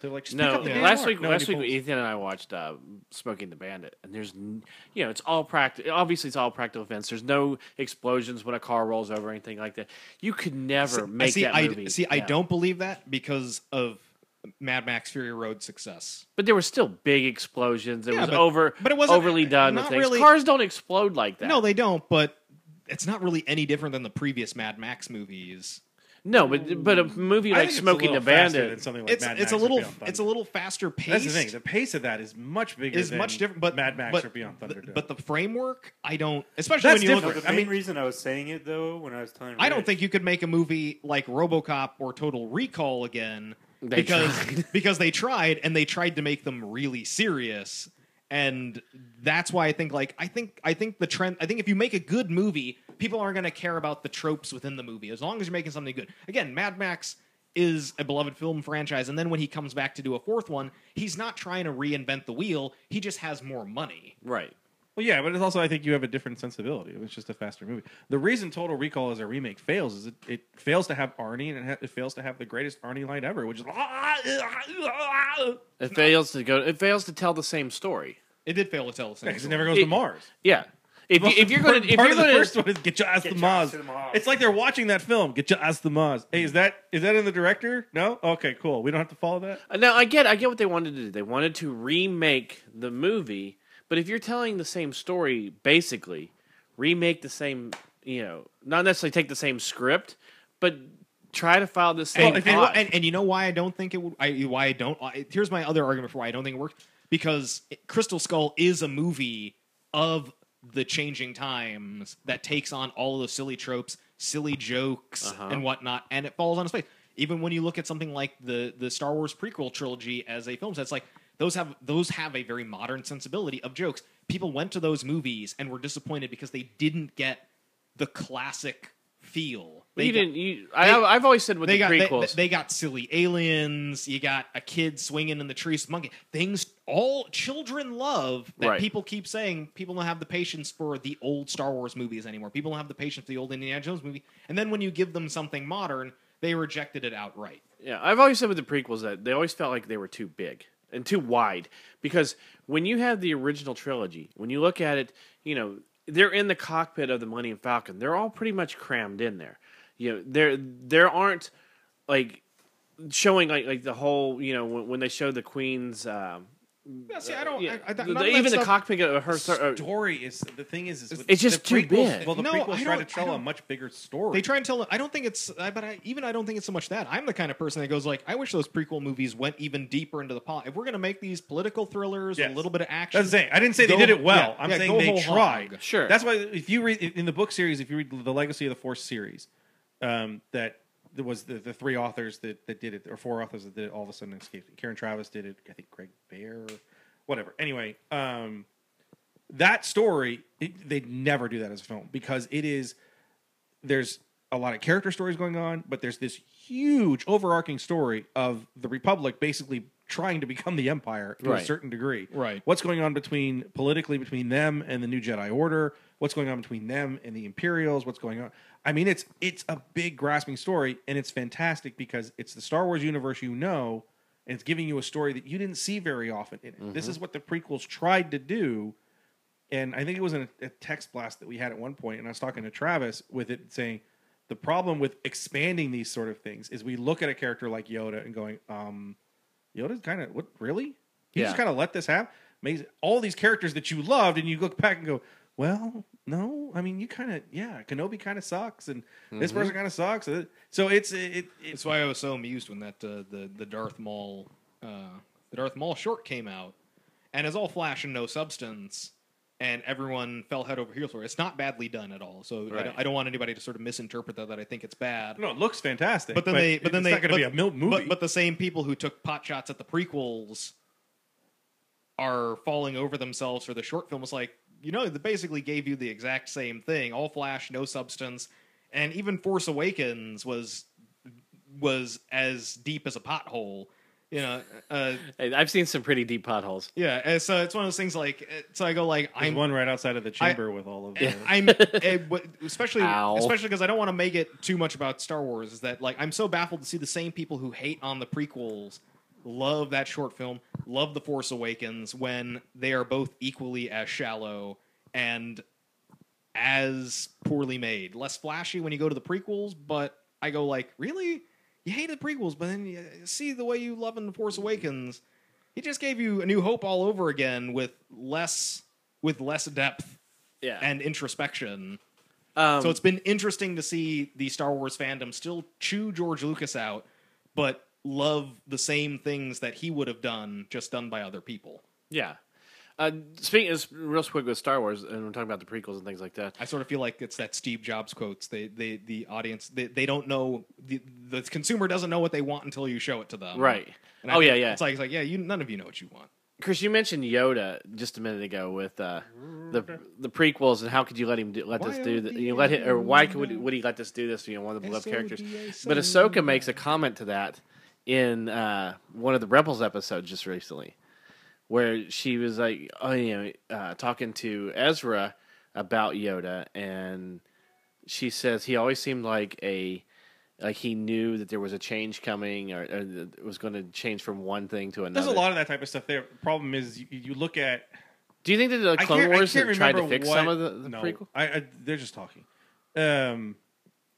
S7: They're like, just pick
S1: No,
S7: up the damn
S1: last
S7: ark.
S1: week,
S7: No,
S1: last
S7: it
S1: week,
S7: pulls.
S1: Ethan and I watched uh, "Smoking the Bandit," and there's, n- you know, it's all practical. Obviously, it's all practical events. There's no explosions when a car rolls over or anything like that. You could never
S8: I
S1: make
S8: see,
S1: that
S8: I,
S1: movie.
S8: see, I
S1: now.
S8: don't believe that because of Mad Max Fury Road success.
S1: But there were still big explosions. It
S8: Yeah,
S1: was
S8: but-
S1: over,
S8: but it wasn't-
S1: overly done with
S8: not
S1: things.
S8: really-
S1: Cars don't explode like that.
S8: No, they don't. But it's not really any different than the previous Mad Max movies.
S1: no, but but a movie
S7: I think
S1: like
S7: it's a
S1: Smoking the
S7: little faster
S1: Bandit,
S7: than something like
S8: It's
S7: Mad
S8: it's
S7: Max
S8: a
S7: or
S8: little
S7: Beyond Thunder.
S8: it's a little faster pace.
S7: That's the thing. The pace of that is much bigger.
S8: is
S7: than
S8: much different. But
S7: Mad Max
S8: but,
S7: or Beyond Thunder.
S8: But,
S7: did.
S8: but the framework, I don't. Especially
S7: That's
S8: when you
S7: different.
S8: look.
S6: The
S7: I
S6: main
S7: mean-
S6: reason I was saying it though, when I was telling,
S8: I don't
S6: Rich-
S8: think you could make a movie like RoboCop or Total Recall again
S1: They
S8: because
S1: tried.
S8: because they tried and they tried to make them really serious. And that's why I think like I think I think the trend I think if you make a good movie, people aren't going to care about the tropes within the movie as long as you're making something good. Again, Mad Max is a beloved film franchise and then when he comes back to do a fourth one, he's not trying to reinvent the wheel, he just has more money.
S1: right?
S7: Well, yeah, but it's also I think you have a different sensibility. It's just a faster movie. The reason Total Recall as a remake fails is it, it fails to have Arnie and it, ha- it fails to have the greatest Arnie line ever, which is
S1: It fails to go. It fails to tell the same story.
S8: It did fail to tell us.
S7: because it never goes to
S1: It-
S7: Mars.
S1: Yeah. If, you, if you're going to, if
S7: part
S1: you're
S7: of the
S1: going
S7: first one is get your ass to
S6: your
S7: Mars.
S6: ass to the Mars.
S7: It's like they're watching that film. Get your ass to Mars. Hey, is that is that in the director? No. Okay, cool. We don't have to follow that.
S1: Uh, Now I get I get what they wanted to do. They wanted to remake the movie, but if you're telling the same story, basically, remake the same you know, not necessarily take the same script, but try to file the same
S8: and, and,
S1: plot.
S8: and, and you know why I don't think it would. I, why I don't. I, here's my other argument for why I don't think it worked. Because it- Crystal Skull is a movie of the changing times that takes on all of those silly tropes, silly jokes,
S1: Uh-huh.
S8: and whatnot, and it falls on its face. Even when you look at something like the the Star Wars prequel trilogy as a film, that's like those have those have a very modern sensibility of jokes. People went to those movies and were disappointed because they didn't get the classic feel. They
S1: you
S8: got-
S1: didn't. You, I, I've always said with
S8: they
S1: the
S8: got they,
S1: prequels,
S8: they got silly aliens. You got a kid swinging in the trees, with a monkey things. All children love that
S1: Right.
S8: people keep saying. People don't have the patience for the old Star Wars movies anymore. People don't have the patience for the old Indiana Jones movie. And then when you give them something modern, they rejected it outright.
S1: yeah, I've always said with the prequels that they always felt like they were too big and too wide because when you have the original trilogy, when you look at it, you know they're in the cockpit of the Millennium Falcon. They're all pretty much crammed in there. You know, there there aren't like showing like like the whole you know when, when they show the queen's um,
S8: Yeah, see, I don't.
S1: Yeah.
S8: Oh, I, I,
S1: The-
S8: none of that
S1: even the
S8: stuff-
S1: cockpit of her. uh,
S7: story is the thing is, is with-
S1: It's just
S7: the
S1: too
S7: prequels-
S1: big.
S7: Well, the
S8: No, I
S7: prequels try to
S8: don't- I
S7: tell a
S8: don't-
S7: much bigger story.
S8: They try and tell. I don't think it's. I- But I, even I don't think it's so much that I'm the kind of person that goes like, I wish those prequel movies went even deeper into the pot. If we're gonna make these political thrillers, with
S7: Yes.
S8: a little bit of action.
S7: That's the thing. I didn't say
S8: Go-
S7: they did it well.
S8: yeah,
S7: I'm
S8: yeah,
S7: saying
S8: go
S7: they
S8: whole
S7: tried.
S8: hog.
S1: Sure.
S7: That's why if you read in the book series, if you read the Legacy of the Force series, um, that there was the, the three authors that, that did it, or four authors that did it all of a sudden escaped. Karen Travis did it. I think Greg Bear, whatever. Anyway, um, that story it, they'd never do that as a film because it is there's a lot of character stories going on, but there's this huge overarching story of the Republic basically trying to become the Empire to
S1: Right.
S7: a certain degree.
S8: Right.
S7: What's going on between politically between them and the New Jedi Order? What's going on between them and the Imperials? What's going on? I mean, it's it's a big grasping story, and it's fantastic because it's the Star Wars universe you know, and it's giving you a story that you didn't see very often. And This is what the prequels tried to do and I think it was in a, a text blast that we had at one point, and I was talking to Travis with it saying, the problem with expanding these sort of things is we look at a character like Yoda and going, um, Yoda's kind of what really? He
S1: Yeah.
S7: just kind of let this happen. Amazing. All these characters that you loved, and you look back and go, well, no, I mean, you kind of yeah, Kenobi kind of sucks, and this
S8: Mm-hmm.
S7: person kind of sucks. Uh, So it's it, it,
S8: That's why I was so amused when that uh, the the Darth Maul uh, the Darth Maul short came out, and it's all flash and no substance, and everyone fell head over heels for it. It's not badly done at all, so I,
S1: Right.
S8: don't, I don't want anybody to sort of misinterpret that that I think it's bad.
S7: no, it looks fantastic.
S8: But then they, but then
S7: it's
S8: they,
S7: not going to
S8: but-
S7: be a mil- movie.
S8: But, but the same people who took pot shots at the prequels are falling over themselves for the short film. It's like you know, they basically gave you the exact same thing: all flash, no substance, and even Force Awakens was was as deep as a pothole. You know, uh,
S1: Hey, I've seen some pretty deep potholes.
S8: yeah. and So it's one of those things. Like, uh, so I go like,
S7: There's
S8: I'm
S7: one right outside of the chamber with all of the
S8: I'm eh, what- especially
S1: Ow.
S8: especially because I don't want to make it too much about Star Wars. Is that like I'm so baffled to see the same people who hate on the prequels love that short film, love the Force Awakens when they are both equally as shallow and as poorly made, less flashy when you go to the prequels. But I go like, really, you hated the prequels, but then you uh, see the way you love in the Force Awakens. He just gave you a new hope all over again with less with less depth
S1: Yeah.
S8: and introspection.
S1: um,
S8: So it's been interesting to see the Star Wars fandom still chew George Lucas out, but love the same things that he would have done, just done by other people.
S1: yeah. Uh, speaking is real quick with Star Wars, and we're talking about the prequels and things like that.
S8: I sort of feel like it's that Steve Jobs quotes. They, they, the audience, they, they don't know. The, the consumer doesn't know what they want until you show it to them.
S1: Right.
S8: Um, And I
S1: Oh,
S8: think
S1: yeah, yeah.
S8: It's like, it's like, yeah, you, none of you know what you want.
S1: Chris, you mentioned Yoda just a minute ago with uh, the the prequels and how could you let him do, let this do that? You let him, or why could would, would he let this do this? You know, one of the beloved characters. But Ahsoka makes a comment to that in uh, one of the Rebels episodes just recently, where she was like, oh, you know, uh, talking to Ezra about Yoda, and she says he always seemed like a like he knew that there was a change coming or, or that it was going to change from one thing to another.
S7: There's a lot of that type of stuff there. Problem is, you, you look at
S1: Do you think that the
S7: I
S1: Clone
S7: can't- I
S1: Wars
S7: can't
S1: have tried to
S7: remember
S1: fix
S7: what-
S1: some of the, the
S7: no,
S1: prequel?
S7: I, I, they're just talking. Um,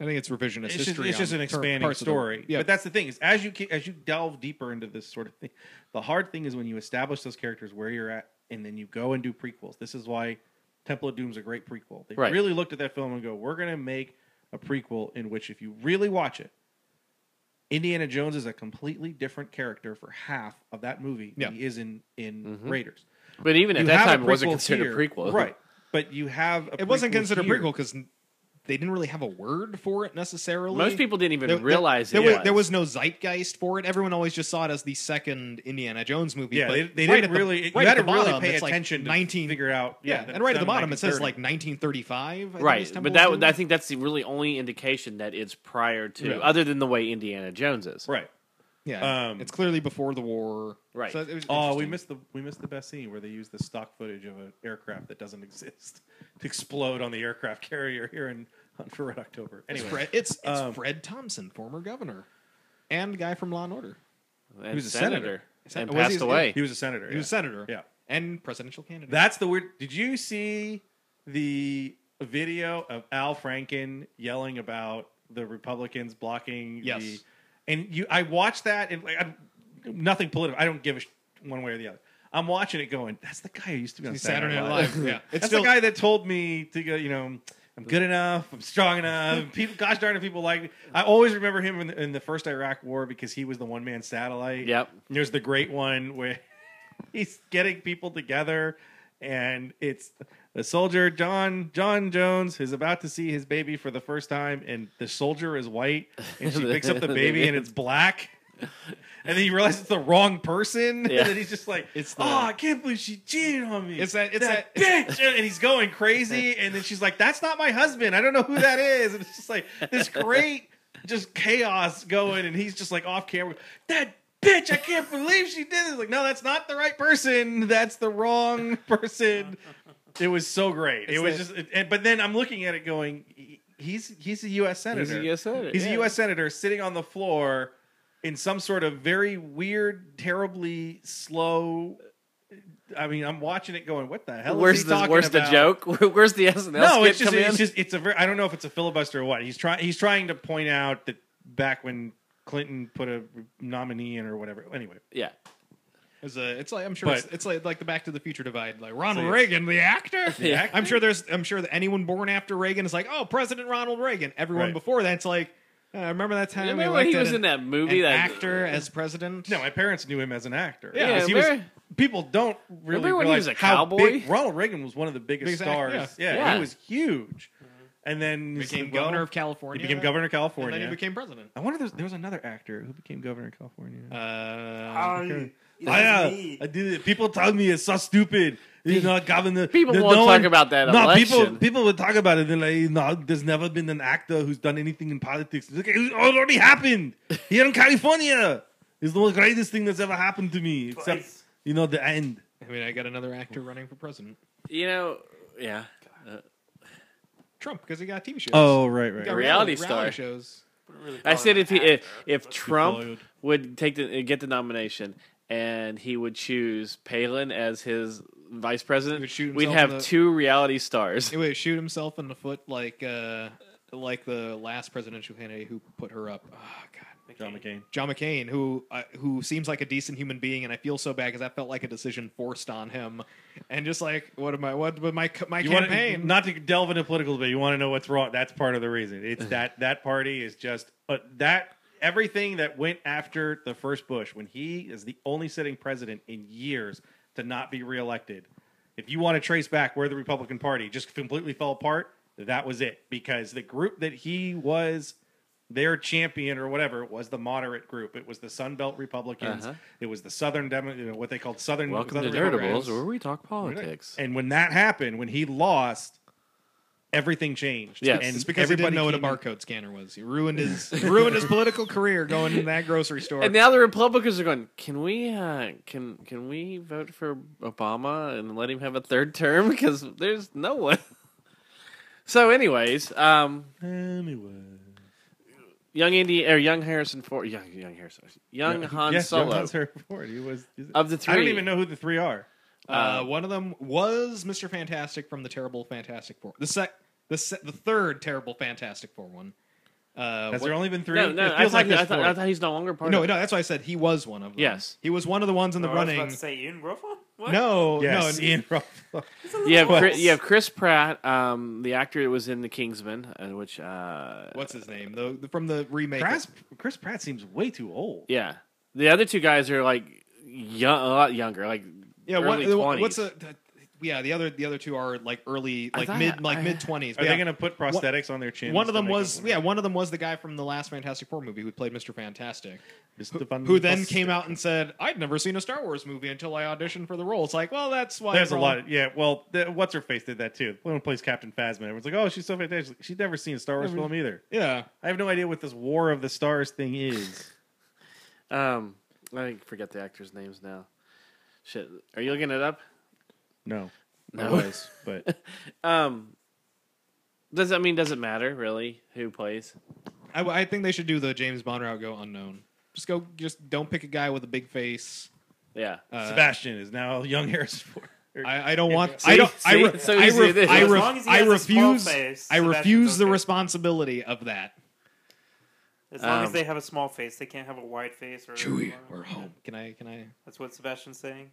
S8: I think it's revisionist
S7: it's just,
S8: history.
S7: it's just
S8: on
S7: an
S8: certain
S7: expanding
S8: parts of the-
S7: story.
S8: yeah,
S7: But that's the thing is as you ke- as you delve deeper into this sort of thing, the hard thing is when you establish those characters where you're at, and then you go and do prequels. This is why Temple of Doom's a great prequel. They
S1: Right.
S7: really looked at that film and go, we're going to make a prequel in which if you really watch it, Indiana Jones is a completely different character for half of that movie
S8: Yeah.
S7: than he is in in Raiders.
S1: But even at
S7: You
S1: that
S7: have a
S1: time, it wasn't
S7: prequel
S1: considered
S7: here.
S1: a prequel,
S7: right? But you have a
S8: it wasn't
S7: prequel
S8: considered
S7: here.
S8: prequel because they didn't really have a word for it necessarily.
S1: Most people didn't even realize
S8: there,
S1: it
S8: was,
S1: was.
S8: there was no zeitgeist for it. Everyone always just saw it as the second Indiana Jones movie.
S7: Yeah,
S8: but
S7: they, they
S8: right at
S7: didn't
S8: the-
S7: really.
S8: right
S7: you
S8: at
S7: had to
S8: the
S7: really
S8: bottom,
S7: pay
S8: it's like
S7: attention to
S8: 19
S7: figure out. Yeah, that
S8: and right at
S7: it's
S8: the
S7: done in
S8: bottom it says
S7: 1930.
S8: like 1935. I think is
S1: right?
S8: Temple
S1: But that
S8: of
S1: would-
S8: Doom.
S1: I think that's the really only indication that it's prior to,
S7: Right.
S1: other than the way Indiana Jones is.
S7: right.
S8: yeah,
S7: um,
S8: it's clearly before the war.
S1: Right.
S8: So it was
S7: Oh, we
S8: interesting.
S7: missed the we missed the best scene where they use the stock footage of an aircraft that doesn't exist to explode on the aircraft carrier here in on for Red October.
S8: It's
S7: Anyway,
S8: Fred, it's, it's
S7: um,
S8: Fred Thompson, former governor, and guy from Law and Order.
S1: And
S7: was a
S1: senator,
S8: senator. Was
S1: and
S8: he-
S1: passed away.
S7: he was a senator.
S8: He was
S7: yeah.
S8: senator.
S7: Yeah.
S8: and presidential candidate.
S7: That's the weird. Did you see the video of Al Franken yelling about the Republicans blocking?
S8: Yes.
S7: The, and you, I watched that, and like, I'm, nothing political. I don't give a sh- one way or the other. I'm watching it going, that's the guy who used to be on
S8: Saturday Night Live. Yeah, it's
S7: That's
S8: still
S7: the guy that told me to go, you know, I'm good enough, I'm strong enough. People, gosh darn it, people like me. I always remember him in the, in the first Iraq war because he was the one man satellite.
S1: Yep.
S7: And there's the great one where he's getting people together and it's the soldier John John Jones is about to see his baby for the first time and the soldier is white and she picks up the baby and it's black. And then he realizes it's the wrong person.
S1: Yeah.
S7: And then he's just like,
S8: It's
S7: it's
S8: the-
S7: oh, I can't believe she cheated on me.
S8: It's that- it's
S7: bitch. and he's going crazy. And then she's like, that's not my husband. I don't know who that is. And it's just like this great just chaos going. And he's just like off camera, that bitch, I can't believe she did it. Like, no, that's not the right person. That's the wrong person. It was so great.
S8: It's
S7: it was
S8: that-
S7: just, and, but then I'm looking at it going, he- he's he's a U.S. senator.
S1: U.S. senator,
S7: He's
S1: yeah.
S7: a U.S. senator sitting on the floor in some sort of very weird, terribly slow. I mean, I'm watching it going, what the hell?
S1: Where's
S7: is he
S1: the
S7: talking
S1: Where's
S7: about?
S1: the joke? Where's the SNL
S7: No,
S1: skit
S7: it's just,
S1: come in?
S7: it's just it's a very. I don't know if it's a filibuster or what. He's trying he's trying to point out that back when Clinton put a nominee in or whatever. Anyway,
S1: yeah.
S8: It's, a, it's like I'm sure it's,
S7: But-
S8: it's like, like the Back to the Future divide. Like Ronald
S7: So, yes.
S8: Reagan, the actor.
S1: The actor?
S8: I'm sure there's. I'm sure that anyone born after Reagan is like, oh, President Ronald Reagan. Everyone
S7: Right.
S8: before that's like, uh, remember that time? we
S1: Remember when
S8: elected
S1: he was
S8: an-
S1: in that movie? uh,
S8: an
S1: that
S8: actor as president.
S7: no, my parents knew him as an actor.
S8: Yeah,
S7: Because he was-
S1: remember-
S7: people don't really
S1: Remember when he
S7: realize
S1: was a
S7: how
S1: cowboy?
S7: big Ronald Reagan was one of the biggest
S8: Biggest act-
S7: stars.
S8: yeah.
S7: yeah.
S1: Yeah.
S7: he was huge. And then
S8: became
S7: well,
S8: governor of
S7: He
S8: California.
S7: became governor of
S8: and
S7: California.
S8: then he became president.
S7: I wonder if there's, there was another actor who became governor of California.
S8: Uh,
S7: yeah, I did it. People tell me it's so stupid. You know, governor.
S1: People
S7: there's
S1: won't talk about that
S7: No, people
S1: election.
S7: people would talk about it. They're like, no, there's never been an actor who's done anything in politics. Look, it already happened here in California. It's the greatest thing that's ever happened to me, except you know the end.
S8: I mean, I got another actor running for president.
S1: You know, yeah. Uh,
S8: Trump because he got TV shows.
S7: Oh, right,
S8: He
S7: right.
S8: got
S1: A reality star.
S8: shows.
S1: I said if he if, if Trump
S7: followed.
S1: would take the get the nomination and he would choose Palin as his vice president,
S8: would shoot
S1: we'd
S8: himself
S1: have
S8: in the-
S1: two reality stars.
S8: He would shoot himself in the foot like uh, like the last presidential candidate who put her up. Oh God,
S7: John McCain.
S8: John McCain, who uh, who seems like a decent human being, and I feel so bad because that felt like a decision forced on him. And just like, what am I? What but my my
S7: You want
S8: campaign?
S7: to, not to delve into political debate. You want to know what's wrong. That's part of the reason. It's that that party is just but that everything that went after the first Bush when he is the only sitting president in years to not be reelected. If you want to trace back where the Republican Party just completely fell apart, that was it because the group that he was their champion or whatever was the moderate group. It was the Sun Belt Republicans.
S1: Uh-huh.
S7: It was the Southern Demo- you know, what they called Southern.
S1: Welcome to
S7: Southern
S1: Nerdables,
S7: Republicans.
S1: where we talk
S7: Right.
S1: politics.
S7: And when that happened, when he lost, everything changed.
S1: Yes.
S7: and
S8: it's because he didn't
S7: everybody
S8: know what a
S7: came in-
S8: barcode scanner was. He ruined his he ruined his political career going to that grocery store.
S1: And now the Republicans are going. Can we? Uh, can can we vote for Obama and let him have a third term? Because there's no one. So, anyways, um,
S7: Anyway,
S1: young Indy or young Harrison Ford, young young Harrison, young Han
S7: yes,
S1: Solo.
S7: Young Han Solo. Ford. He was
S1: Of the
S7: I don't
S1: three.
S7: even know who the three are.
S8: Uh, one of them was Mr. Fantastic from the Terrible Fantastic Four. The sec, the se- the third Terrible Fantastic Four one. Uh,
S7: Has
S8: what-
S7: there only been three?
S1: No, no.
S7: It
S1: I
S7: feels
S1: thought,
S7: like there's
S1: I, thought,
S7: four.
S1: I thought he's no longer part.
S8: no,
S1: of
S8: no. That's why I said he was one of them.
S1: Yes.
S8: he was one of the ones in the
S6: Oh, I was about
S8: running.
S6: to say Ian Ruffin? What?
S8: No,
S7: yes,
S8: no,
S7: Ian Ruffalo.
S1: You have
S7: What?
S1: Chris, you have Chris Pratt, um, the actor that was in The Kingsman, uh, which uh,
S8: What's his name? The, the- from the remake.
S7: Chris, Chris Pratt seems way too old.
S1: yeah, the other two guys are like young, a lot younger, like
S8: yeah, what,
S1: early
S8: the-
S1: 20s.
S8: what's a, the, yeah? The other the other two are like early,
S1: I
S8: like
S1: thought-
S8: mid, like
S1: I-
S8: mid twenties.
S7: Are they going to put prosthetics on their chin?
S8: One of them was yeah. One of them was the guy from the last Fantastic Four movie who played Mr. Fantastic. who then came out and said, "I'd never seen a Star Wars movie until I auditioned for the role." It's like, well, that's why
S7: There's a
S8: we're
S7: lot.
S8: all-
S7: Of, yeah. Well, the, what's her face did that too. One plays Captain Phasma. Everyone's like, "Oh, she's so fantastic." She's never seen a Star Wars film either.
S8: yeah,
S7: I have no idea what this War of the Stars thing is.
S1: um, I forget the actors' names now. Shit, are you looking it up?
S7: No.
S1: No.
S7: I was, but
S1: Um, does that mean does it matter really who plays?
S8: I, I think they should do the James Bond route, go unknown. Just go, just don't pick a guy with a big face.
S1: Yeah,
S8: Uh,
S7: Sebastian is now young Harris Ford.
S8: I, I don't want.
S1: See?
S8: I don't. I,
S1: See?
S8: re-
S1: So
S8: I,
S1: easy
S8: re-
S1: it is.
S8: I,
S1: As
S8: re-
S6: long as he
S8: I
S6: has a small
S8: refuse.
S6: face,
S8: I
S6: so that's
S8: refuse the
S6: okay.
S8: responsibility of that.
S6: As long
S1: Um,
S6: as they have a small face, they can't have a wide face. Or
S8: home. Can I? Can I?
S6: That's what Sebastian's saying.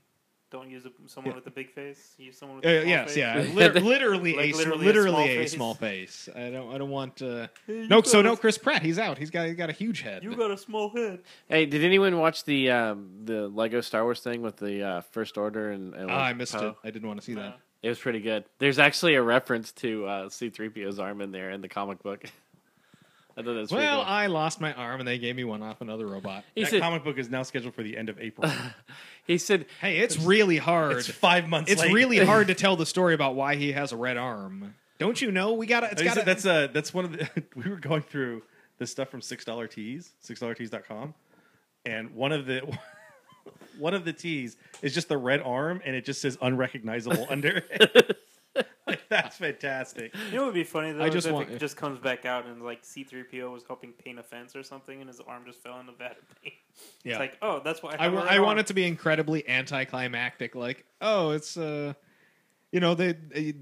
S6: Don't use a, someone with a big face. Use someone with
S8: Uh,
S6: a small
S8: yes,
S6: face.
S8: yeah, lit- literally,
S6: Like,
S8: a, sm-
S6: literally a
S8: literally
S6: small
S8: a
S6: face.
S8: small face. I don't, I don't want. Uh,
S6: you
S8: no, so
S6: got
S8: no,
S6: a-
S8: Chris Pratt. He's out. He's got, he's got a huge head.
S6: You got a small head.
S1: Hey, did anyone watch the um, the Lego Star Wars thing with the uh, First Order and? and
S8: Ah, I missed
S1: Poe?
S8: it. I didn't want to see that.
S1: It was pretty good. There's actually a reference to uh, C-3PO's arm in there in the comic book. I thought that was pretty
S8: Well,
S1: cool.
S8: I lost my arm, and they gave me one off another robot.
S1: he
S7: uh, that
S1: said,
S7: comic book is now scheduled for the end of April.
S1: he said,
S8: Hey, it's really hard.
S7: it's
S8: It's,
S7: five months. late.
S8: really hard to tell the story about why he has a red arm. Don't you know? We gotta. It's
S7: They
S8: gotta.
S7: said that's uh that's one of the we were going through the stuff from six dollar tees, six dollar tees.com, and one of the one of the tees is just the red arm and it just says unrecognizable under it. like that's fantastic.
S6: You know what would be funny though?
S8: I
S6: is
S8: just
S6: if
S8: want-
S6: it just comes back out and like C3PO was helping paint a fence or something and his arm just fell in a vat of paint.
S8: Yeah.
S6: It's like, oh, that's why
S8: I,
S6: have a
S8: wa-
S6: red
S8: I want
S6: arm.
S8: it to be incredibly anticlimactic. Like, oh, it's uh, you know, they, they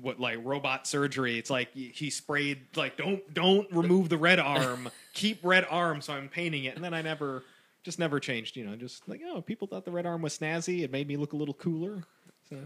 S8: what like robot surgery. It's like y- he sprayed like don't don't remove the red arm, keep red arm. So I'm painting it, and then I never just never changed. You know, just like oh, people thought the red arm was snazzy. It made me look a little cooler. So,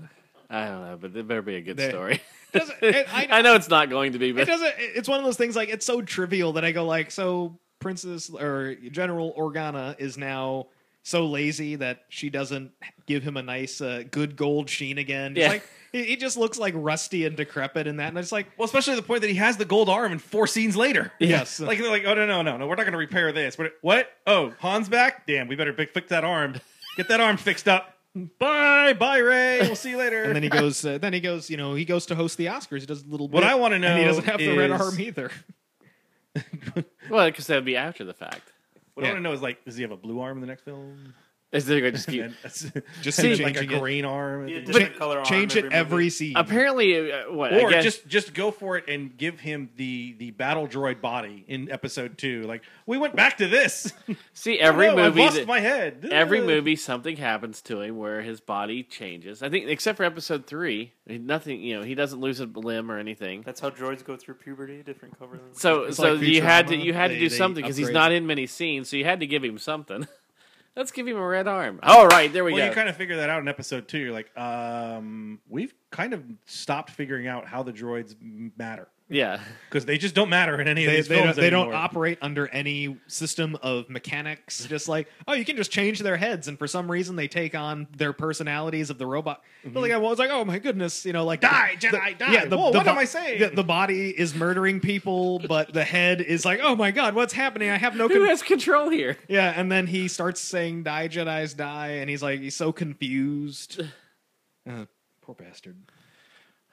S1: I don't know, but it better be a good
S8: They-
S1: story.
S8: Doesn't- it- I-
S1: I know it's not going to be,
S8: it
S1: but
S8: doesn't. It's one of those things like it's so trivial that I go like, so Princess or General Organa is now so lazy that she doesn't give him a nice uh, good gold sheen again. It's
S1: Yeah.
S8: like he, he just looks like rusty and decrepit in that, and it's like.
S7: Well, especially the point that he has the gold arm and four scenes later.
S8: Yes.
S7: Like they're like, oh no, no, no, no, we're not gonna repair this. What what? Oh, Han's back? Damn, we better big fix that arm. Get that arm fixed up. Bye, bye, Ray. We'll see you later.
S8: And then he goes. Uh, then he goes. You know, he goes to host the Oscars. He does a little.
S7: What
S8: bit,
S7: I wanna
S8: and he
S7: know
S8: doesn't have the red
S7: is-
S8: arm either.
S1: well, because that'd be after the fact.
S7: what I
S8: Yeah.
S7: want to know is like, does he have a blue arm in the next film?
S1: Is there going to just keep?
S7: And that's-
S8: Just
S7: and
S8: keep
S7: like a
S8: changing it.
S7: green arm.
S6: Be a different color arm
S8: Change it
S6: movie.
S8: every scene.
S1: Apparently, uh, what? I
S7: or
S1: guess-
S7: just just go for it and give him the the battle droid body in episode two. Like we went back to this.
S1: see every
S7: No,
S1: movie.
S7: I lost
S1: that-
S7: my head.
S1: every
S7: Ugh.
S1: movie something happens to him where his body changes. I think except for episode three, nothing. You know, he doesn't lose a limb or anything.
S6: That's how droids go through puberty, different color. than-
S1: So
S8: It's
S1: so
S8: like
S1: you had to
S8: Futurama.
S1: you had
S8: They-
S1: to do
S8: they
S1: something because he's
S8: upgrade
S1: not in many scenes, so you had to give him something. Let's give him a red arm. All right, there we
S7: Well,
S1: go.
S7: you kind of figure that out in episode two. You're like, um, we've kind of stopped figuring out how the droids m- matter
S1: yeah,
S7: because they just don't matter in any of
S8: they,
S7: these
S8: they
S7: films
S8: don't, they don't
S7: anymore. Mm-hmm.
S8: operate under any system of mechanics just like oh you can just change their heads and for some reason they take on their personalities of the robot But like i was like oh my goodness you know like
S7: Mm-hmm. Die,
S8: the-
S7: Jedi, die.
S8: yeah the,
S7: Whoa,
S8: the
S7: what
S8: bo-
S7: am I saying?
S8: the, the body is murdering people but the head is like oh my god what's happening i have no
S1: who
S8: con-"
S1: has control here?
S8: yeah and then he starts saying die jedis die and he's like he's so confused uh, poor bastard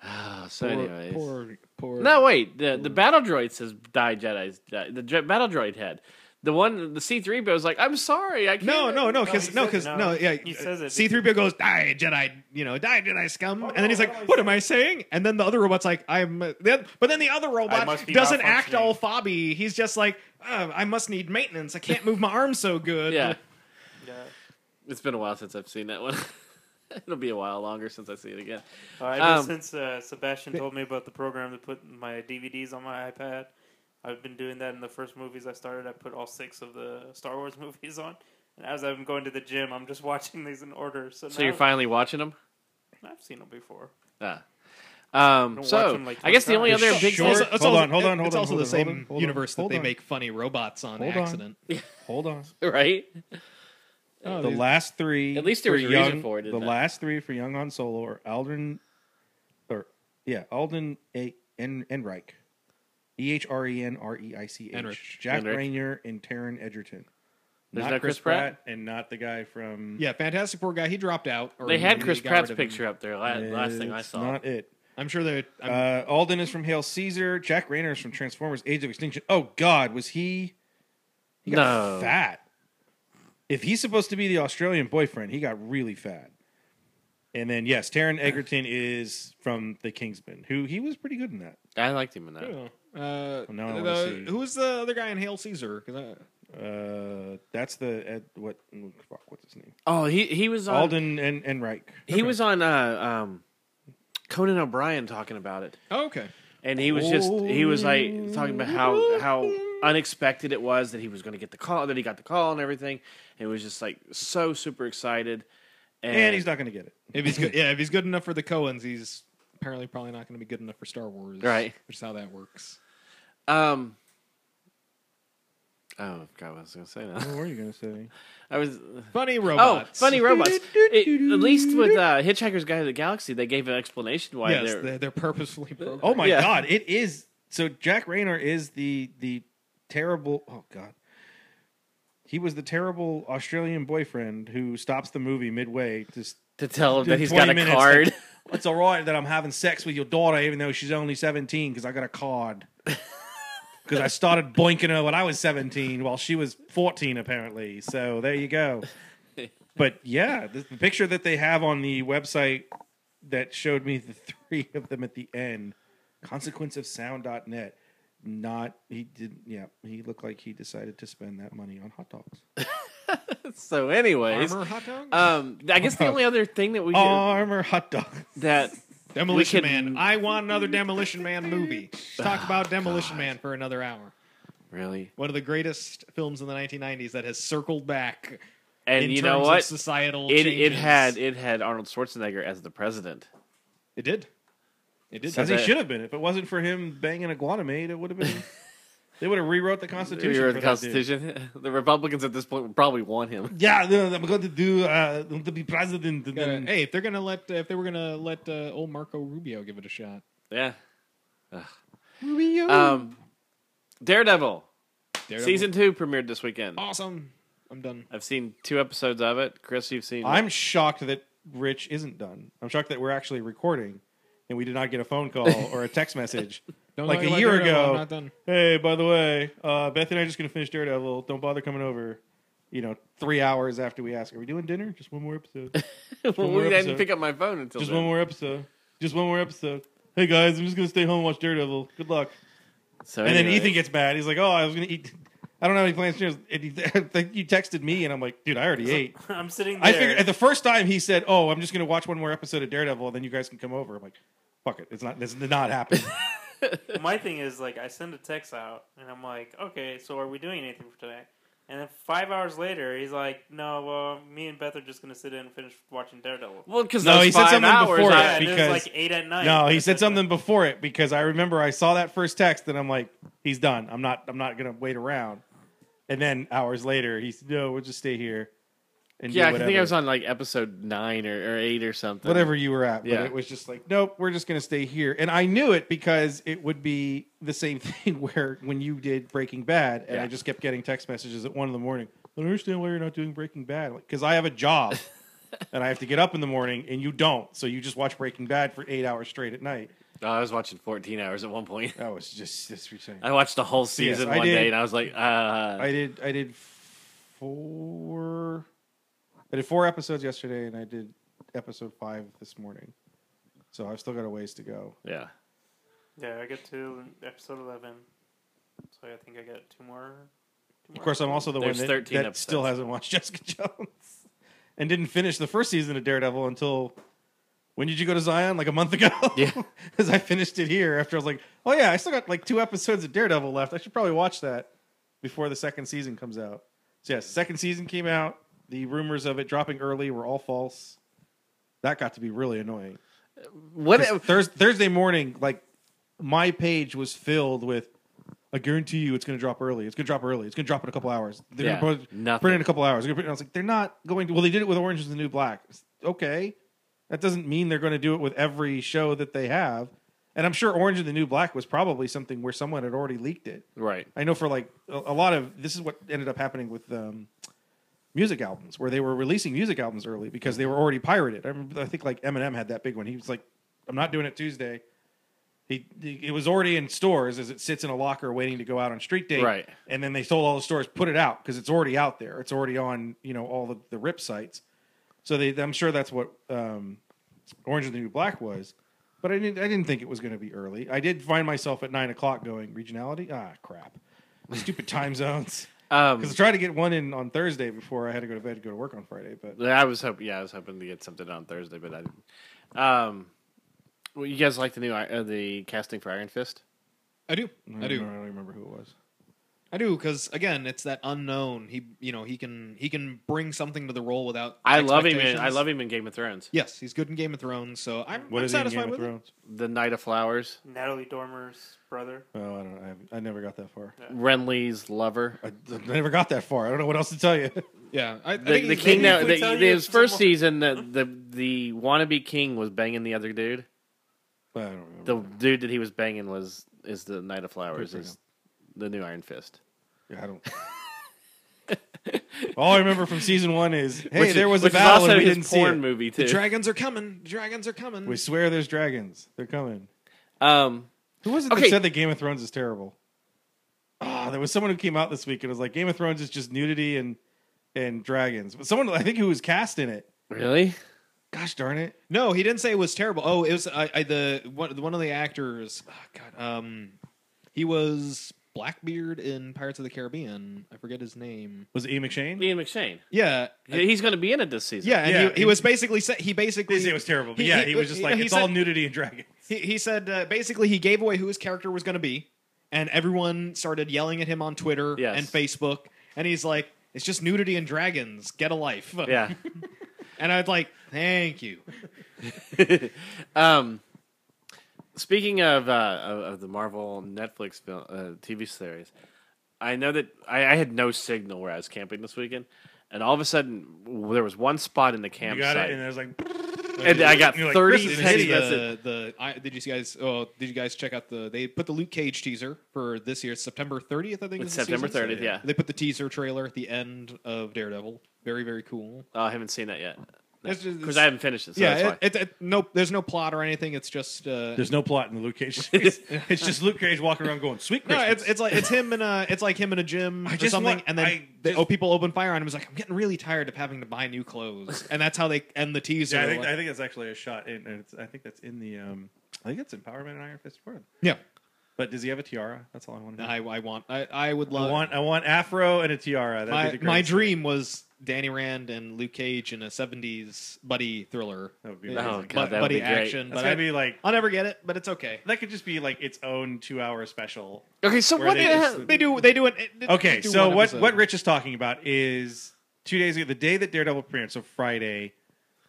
S1: Oh, so,
S8: poor,
S1: anyways,
S8: poor poor
S1: no, wait. The the battle droid says die Jedi's die. the dr- battle droid head. The one the C three PO is like, I'm sorry, I can't.
S8: No, no, no,
S6: No,
S8: because
S6: he
S8: no, because
S6: says
S8: no,
S6: no.
S8: yeah. uh,
S6: He says it.
S8: C three PO goes die Jedi, you know, die Jedi scum, and then he's like, "What am I saying?" And then the other robot's like, "I'm," uh, the oth- but then the other robot
S6: must be
S8: doesn't act
S6: malfunctioning.
S8: all fobby. He's just like, "Uh, "I must need maintenance. I can't move my arm so good."
S1: Yeah,
S6: Yeah.
S1: it's been a while since I've seen that one. It'll be a while longer since I see it again.
S6: Uh, ever
S1: Um,
S6: since uh, Sebastian told me about the program to put my DVDs on my iPad, I've been doing that in the first movies I started. I put all six of the Star Wars movies on. And as I'm going to the gym, I'm just watching these in order. So,
S1: So
S6: now
S1: you're finally watching them.
S6: I've seen them before.
S1: Ah. Um,
S6: Don't watch
S1: so
S6: 'em, like,
S1: I guess the only
S6: twenty
S1: other
S6: times.
S1: big
S8: It's
S7: Sure.
S8: also-
S1: thing,
S8: it's
S7: Hold
S8: also-
S7: on, hold on, hold
S8: It's
S7: on,
S8: also
S7: hold
S8: the
S7: on,
S8: same
S7: hold on, hold on,
S8: universe
S7: hold
S8: that they
S7: on.
S8: make funny robots on
S7: Hold on.
S8: accident.
S7: Hold on.
S1: right?
S8: Oh,
S7: The
S8: these-
S7: last three,
S1: At least there was a
S7: for
S1: reason
S7: young,
S1: for it,
S7: The
S1: isn't there?
S7: last three for Young Han Solo are Aldrin, or yeah, Alden A. En, Enreich, E H R E N R E I C
S8: Enrich.
S7: H, Jack
S1: Enrich.
S7: Rainier, and Taryn Edgerton.
S1: There's
S7: not
S1: no
S7: Chris
S1: Chris Pratt?
S7: and not the guy from.
S8: yeah, Fantastic Four guy, he dropped out. Or
S1: They had
S8: got
S1: Chris
S8: rid
S1: Pratt's
S8: of him.
S1: picture up there. Last, last thing I
S7: It's
S1: saw.
S7: Not it.
S8: I'm sure that I'm,
S7: Uh, Alden is from Hail Caesar. Jack Rayner is from Transformers: Age of Extinction. Oh God, was he? He got
S1: No.
S7: fat. If he's supposed to be the Australian boyfriend, he got really fat. And then yes, Taron Egerton is from The Kingsman, who he was pretty good in that.
S1: I liked him in that.
S8: Uh,
S7: now I wanna
S8: the,
S7: see.
S8: who's the other guy in Hail Caesar? 'Cause I,
S7: Uh, that's the Ed, what fuck, what's his name?
S1: Oh, he he was on.
S7: Alden and and Reich.
S1: He was on uh, um, Conan O'Brien talking about it,
S8: oh, okay.
S1: and he was just he was like talking about how how unexpected it was that he was going to get the call, that he got the call and everything, and was just like so super excited. And,
S7: and he's not going to get it.
S8: If he's good, yeah, if he's good enough for the Coens, he's apparently probably not going to be good enough for Star Wars.
S1: Right.
S8: Which is how that works.
S1: Um. Oh God, what I was gonna say now.
S7: What were you going to say?
S1: I was
S8: Funny
S1: oh,
S8: robots.
S1: funny robots. It- at least with uh, Hitchhiker's Guide to the Galaxy, they gave an explanation why
S8: Yes,
S1: they're.
S8: they're, they're purposefully programmed.
S7: Oh my
S1: Yeah.
S7: god, it is. So Jack Raynor is the the terrible. Oh god, he was the terrible Australian boyfriend who stops the movie midway. Just
S1: to tell him that he's
S7: 20
S1: got a
S7: minutes,
S1: card.
S7: like, it's all right that I'm having sex with your daughter, even though she's only seventeen, because I got a card. Because I started boinking her when I was seventeen, while she was fourteen, apparently. So there you go. But yeah, the, the picture that they have on the website that showed me the three of them at the end, consequence of sound.net. Not he didn't. Yeah, he looked like he decided to spend that money on hot dogs.
S1: so, anyways,
S8: Armor hot dog?
S1: um, I guess the only other thing that we
S7: Armor hot dogs.
S1: that
S8: Demolition
S1: we can-
S8: Man. I want another Demolition Man movie. Let's talk
S1: Oh,
S8: about Demolition Man for another hour.
S1: really,
S8: One of the greatest films in the 1990s that has circled back
S1: and
S8: in
S1: you
S8: terms
S1: know
S8: of
S1: what?
S8: societal
S1: It
S8: changes.
S1: it had it had Arnold Schwarzenegger as the president.
S8: It did. It did.
S7: As
S1: So
S7: he
S1: that-
S7: should have been. If it wasn't for him banging a Guanamate, it would have been. they would have rewrote the Constitution.
S1: You
S7: for
S1: the
S7: that dude.
S1: Constitution. The Republicans at this point would probably want him.
S7: Yeah, no, I'm going to do uh, to be president. And
S8: Gotta-
S7: then,
S8: Mm. hey, if they're gonna let, if they were gonna let uh, old Marco Rubio give it a shot,
S1: Yeah.
S8: Rubio,
S1: Um, Daredevil season two premiered this weekend.
S8: awesome. I'm done.
S1: I've seen two episodes of it. Chris, you've seen.
S7: I'm shocked that Rich isn't done. I'm shocked that we're actually recording, and we did not get a phone call or a text message
S8: Don't
S7: like
S8: talk
S7: a
S8: about
S7: year
S8: Daredevil, I'm
S7: ago.
S8: not done.
S7: Hey, by the way, uh, Beth and I are just going to finish Daredevil. Don't bother coming over. You know, three hours after we ask, are we doing dinner? Just one more episode.
S1: well,
S7: more
S1: we didn't
S7: episode.
S1: pick up my phone until
S7: Just
S1: then.
S7: one more episode. Just one more episode. Hey guys, I'm just gonna stay home and watch Daredevil. Good luck.
S1: So
S7: And then
S1: anyway.
S7: Ethan gets mad. He's like, "Oh, I was gonna eat. I don't have any plans." And he- I think you texted me, and I'm like, "Dude, I already ate."
S6: I'm sitting there.
S7: I figured at the first time he said, "Oh, I'm just gonna watch one more episode of Daredevil, and then you guys can come over." I'm like, "Fuck it, it's not. This did not happen."
S6: my thing is like I send a text out and I'm like, okay, so are we doing anything for today? And then five hours later, he's like, no, well, me and Beth are just gonna sit in and finish watching Daredevil.
S1: Well, because
S7: No,
S1: those
S7: he said
S1: five
S7: something
S1: hours,
S7: before
S1: I-
S6: yeah, and it was
S7: because-
S6: like eight at night.
S7: no,
S6: I
S7: he said
S6: that.
S7: something before it because I remember I saw that first text, and I'm like, "He's done. I'm not. I'm not gonna wait around." And then hours later, he said, "No, we'll just stay here." And do
S1: yeah, I think I
S7: whatever."
S1: was on like episode nine or, or eight or something.
S7: whatever you were at. But
S1: Yeah.
S7: it was just like, nope, we're just going to stay here. And I knew it because it would be the same thing where when you did Breaking Bad, and
S1: Yeah.
S7: I just kept getting text messages at one in the morning. I don't understand why you're not doing Breaking Bad. Because I have a job and I have to get up in the morning, and you don't. So you just watch Breaking Bad for eight hours straight at night.
S1: Oh, I was watching 14 hours at one point.
S7: That was just this insane.
S1: I watched the whole season
S7: I
S1: one
S7: did.
S1: day, and I was like, uh,
S7: I did. I did four. I did four episodes yesterday, and I did episode five this morning. So I've still got a ways to go.
S1: yeah.
S6: Yeah, I get to episode eleven, so I think I got two more. Two more
S7: Of course, I'm also the
S1: There's
S7: one that,
S1: 13
S7: that
S1: episodes.
S7: still hasn't watched Jessica Jones and didn't finish the first season of Daredevil until when did you go to Zion? Like a month ago?
S1: Yeah.
S7: Because I finished it here after I was like, oh yeah, I still got like two episodes of Daredevil left. I should probably watch that before the second season comes out. So yes, second season came out. The rumors of it dropping early were all false. That got to be really annoying.
S1: What?
S7: 'Cause Thurs- Thursday morning, like my page was filled with. I guarantee you, it's going to drop early. It's going to drop early. It's going to drop in a couple hours. They're
S1: Yeah,
S7: going to
S1: nothing.
S7: print in a couple hours. They're gonna print- I was like, they're not going to. Well, they did it with Orange is the New Black. It's- Okay, that doesn't mean they're going to do it with every show that they have. And I'm sure Orange is the New Black was probably something where someone had already leaked it.
S1: Right.
S7: I know for like a, a lot of this is what ended up happening with um, music albums, where they were releasing music albums early because they were already pirated. I, remember, I think like Eminem had that big one. He was like, "I'm not doing it Tuesday." He, he- it was already in stores as it sits in a locker waiting to go out on street date.
S1: Right.
S7: And then they told all the stores put it out because it's already out there. It's already on you know all the, the rip sites. So they, I'm sure that's what um, Orange is the New Black was. But I didn't. I didn't think it was going to be early. I did find myself at nine o'clock going regionality. Ah, crap! Stupid time zones.
S1: Um,
S7: Because I tried to get one in on Thursday before I had to go to bed to go to work on Friday. But
S1: I was hoping. Yeah, I was hoping to get something on Thursday, but I didn't. Um, well, you guys like the new I- uh, the casting for Iron Fist?
S8: I do.
S7: I
S8: I do.
S7: don't really remember who it was.
S8: I do because again, it's that unknown. He, you know, he can he can bring something to the role without.
S1: I love him. In,
S8: expectations.
S1: I love him in Game of Thrones.
S8: Yes, he's good in Game of Thrones, so I'm,
S7: What
S8: I'm
S7: is he in
S8: satisfied
S7: Game of
S8: with. it.
S7: Thrones?
S1: The Knight of Flowers,
S6: Natalie Dormer's brother.
S7: Oh, I don't. I, haven't- I never got that far.
S1: Renly's lover.
S7: I, I never got that far. I don't know what else to tell you.
S8: Yeah, I, I
S1: The,
S8: think
S1: the
S8: he's-
S1: king
S6: maybe if
S1: that
S6: we
S1: the,
S6: tell you
S1: his
S6: it's
S1: first
S6: someone-
S1: season, the, the the wannabe king was banging the other dude.
S7: I don't remember.
S1: The dude that he was banging was is the Knight of Flowers,
S7: for
S1: is the new Iron Fist.
S7: Yeah, I don't. All I remember from season one is, hey,
S1: Which is-
S7: there was a
S1: which is
S7: battle
S1: also
S7: and we
S1: his
S7: didn't see
S1: porn
S7: it.
S1: movie too.
S8: the dragons are coming. The dragons are coming.
S7: We swear there's dragons. They're coming.
S1: um,
S7: Who was it
S1: Okay.
S7: that said that Game of Thrones is terrible? Ah, there was someone who came out this week and was like, Game of Thrones is just nudity and and dragons. But someone I think who was cast in it.
S1: really?
S7: Gosh darn it!
S8: No, he didn't say it was terrible. Oh, it was I, I, the one, one of the actors. ah, God, um, he was Blackbeard in Pirates of the Caribbean. I forget his name.
S7: Was it E. McShane?
S1: Ian McShane.
S8: Yeah,
S1: He's going to be in it this season.
S8: yeah. And
S7: Yeah,
S8: he, he,
S7: he-
S8: was basically sa- he basically
S7: They say it was terrible, but
S8: He-
S7: yeah,
S8: he-
S7: he, was just
S8: you know,
S7: like,
S8: he
S7: it's
S8: said-
S7: all nudity and dragons.
S8: He, he said uh, basically he gave away who his character was going to be, and everyone started yelling at him on Twitter
S1: Yes.
S8: and Facebook, and he's like, "It's just nudity and dragons. Get a life."
S1: Yeah.
S8: and I'd like, "Thank you."
S1: Um, speaking of, uh, of of the Marvel Netflix film, uh, TV series, I know that I, I had no signal where I was camping this weekend, and all of a sudden there was one spot in the
S7: You got it,
S1: campsite,
S7: and I was like,
S1: and I got
S7: You're like,
S1: thirty
S7: this is
S1: text
S7: hideous.
S1: messages.
S8: the, the I, did you guys oh did you guys check out the they put the Luke Cage teaser for this year It's September 30th I think
S1: It's
S8: is the
S1: September
S8: season.
S1: 30th, yeah.
S8: they put the teaser trailer at the end of Daredevil very very cool
S1: Oh, I haven't seen that yet
S8: It's just-
S1: because I haven't finished it. So that's
S8: yeah
S1: why.
S8: it, it, it- no there's no plot or anything it's just uh,
S7: There's no plot in the Luke Cage. series. it's just Luke Cage walking around going, "Sweet
S8: no
S7: Christmas."
S8: it's it's like it's him in a it's like him in a gym
S7: I
S8: or
S7: just
S8: something
S7: want-
S8: and then
S7: I
S8: they,
S7: just-
S8: oh people open fire on him he's like I'm getting really tired of having to buy new clothes and that's how they end the teaser
S7: yeah, I think,
S8: like-
S7: I think that's actually a shot, in, and it's, I think that's in the. Um, I think that's in Power Man and Iron Fist Four.
S8: yeah
S7: But does he have a tiara? That's all I want to know.
S8: I, I want I, I would love
S7: I want I want afro and a tiara. That'd be
S8: my,
S7: the
S8: my
S7: greatest
S8: dream was Danny Rand and Luke Cage in a 70s buddy thriller.
S7: That would be
S8: Yeah.
S7: amazing.
S1: Oh, God,
S8: Bu-
S1: that would
S8: buddy
S1: be great.
S8: action.
S7: That's
S8: but I,
S7: gotta be like
S8: I'll never get it, but it's okay.
S7: that could just be like its own two hour special.
S1: okay, so
S7: where
S1: what?
S7: they
S1: the
S7: just-
S1: hell-
S8: They do they do an it- it-
S7: Okay,
S8: do
S7: so
S8: one
S7: what
S8: episode.
S7: what Rich is talking about is two days ago, the day that Daredevil premiered, so Friday,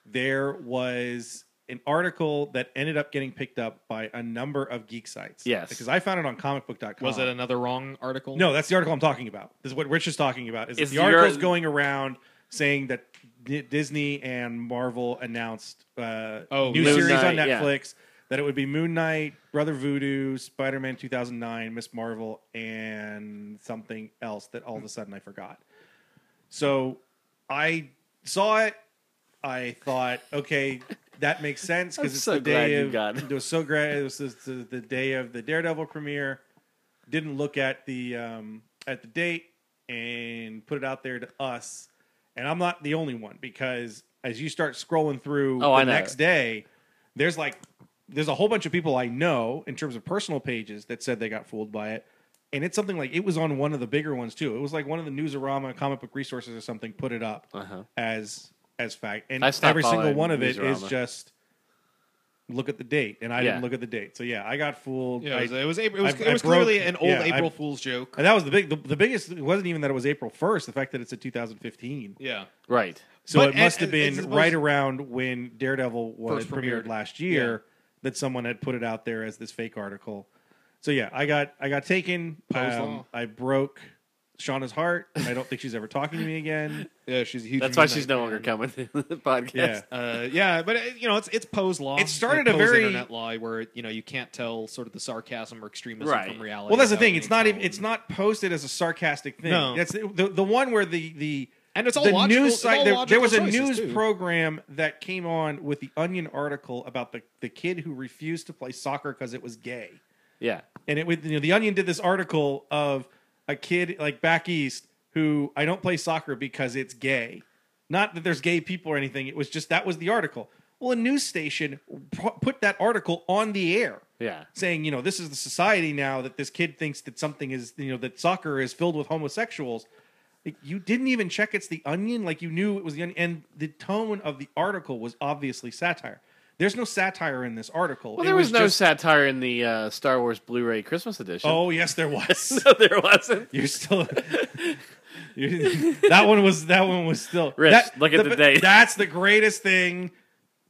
S7: there was an article that ended up getting picked up by a number of geek sites.
S1: Yes.
S7: because I found it on comicbook.com.
S8: was it another wrong article?
S7: No, that's the article I'm talking about. This is what Rich is talking about. Is,
S1: Is
S7: the
S1: your-
S7: article's going around saying that Di- Disney and Marvel announced uh,
S8: Oh,
S7: new
S8: Moon
S7: series on
S1: Knight, yeah.
S7: Netflix that it would be Moon Knight, Brother Voodoo, Spider Man 2009, Miss Marvel, and something else that all of a sudden I forgot. So I saw it. I thought, okay, that makes sense
S1: I'm
S7: because it's
S1: so
S7: the
S1: glad
S7: day
S1: you
S7: of.
S1: got it.
S7: It was so great. It was the, the, the day of the Daredevil premiere. Didn't look at the um, at the date and put it out there to us. And I'm not the only one because as you start scrolling through
S1: Oh,
S7: the
S1: I know.
S7: next day, there's like there's a whole bunch of people I know in terms of personal pages that said they got fooled by it. And it's something like it was on one of the bigger ones too. It was like one of the Newsarama comic book resources or something put it up
S1: Uh-huh.
S7: as as fact. And
S1: I stopped
S7: every single
S1: following
S7: one of it is
S1: Newsarama.
S7: just look at the date. And I
S1: Yeah.
S7: didn't look at the date. So yeah, I got fooled.
S8: Yeah, it
S7: I-
S8: was it was, it was,
S7: I-
S8: it
S7: I
S8: was
S7: broke-
S8: clearly an old
S7: yeah, I-
S8: April Fool's joke.
S7: and that was the big the, the biggest it wasn't even that it was April 1st, the fact that it's a 2015.
S8: yeah.
S1: Right.
S7: So
S8: But
S7: it must
S8: at-
S7: have
S8: it's
S7: been
S8: supposed-
S7: right around when Daredevil was
S8: First premiered.
S7: premiered, last year that someone had put it out there as this fake article. So yeah, I got I got taken.
S8: Poe's
S7: Um,
S8: Law.
S7: I broke Shauna's heart. I don't think she's ever talking to me again.
S8: Yeah, she's a huge
S1: That's why
S8: Moon
S1: she's
S8: Knight
S1: no longer
S8: fan.
S1: coming to the podcast.
S7: Yeah.
S8: Uh, yeah, but it, you know, it's it's Poe's law.
S7: It started
S8: Like
S7: a
S8: Poe's
S7: very-
S8: internet law where you know you can't tell sort of the sarcasm or extremism
S1: Right.
S8: from reality.
S7: Well, that's the
S8: without
S7: thing.
S8: any
S7: It's not even
S8: tone.
S7: it's not posted as a sarcastic thing.
S8: No.
S7: That's the, the the one where the the
S8: and it's all
S7: the
S8: logical.
S7: news
S8: it's all
S7: site. There, there
S8: logical
S7: was a
S8: choices,
S7: news
S8: too.
S7: program that came on with the Onion article about the the kid who refused to play soccer because it was gay.
S1: Yeah.
S7: and it with you know the Onion did this article of a kid like back east who I don't play soccer because it's gay. Not that there's gay people or anything. It was just that was the article. Well, a news station pu- put that article on the air,
S1: Yeah.
S7: saying you know this is the society now that this kid thinks that something is you know that soccer is filled with homosexuals. Like, you didn't even check it's the Onion, like you knew it was the Onion, and the tone of the article was obviously satire. There's no satire in this article.
S1: Well,
S7: It
S1: there was, no
S7: just-
S1: satire in the uh, Star Wars Blu-ray Christmas edition.
S7: Oh yes, there was.
S1: no, there wasn't.
S7: You're still. you that one was. That one was still.
S1: Rich,
S7: that-
S1: look at the date.
S7: That's the greatest thing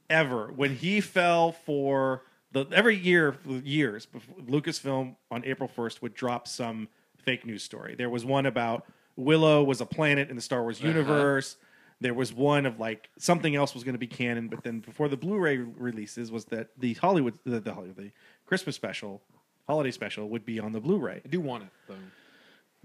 S7: ever. When he fell for the every year, for years, before, Lucasfilm on April first would drop some fake news story. There was one about Willow was a planet in the Star
S1: Uh-huh.
S7: Wars universe. There was one of like something else was going to be canon, but then before the Blu-ray releases was that the Hollywood, the, the Hollywood, the Christmas special, holiday special would be on the Blu-ray.
S8: I do want it though.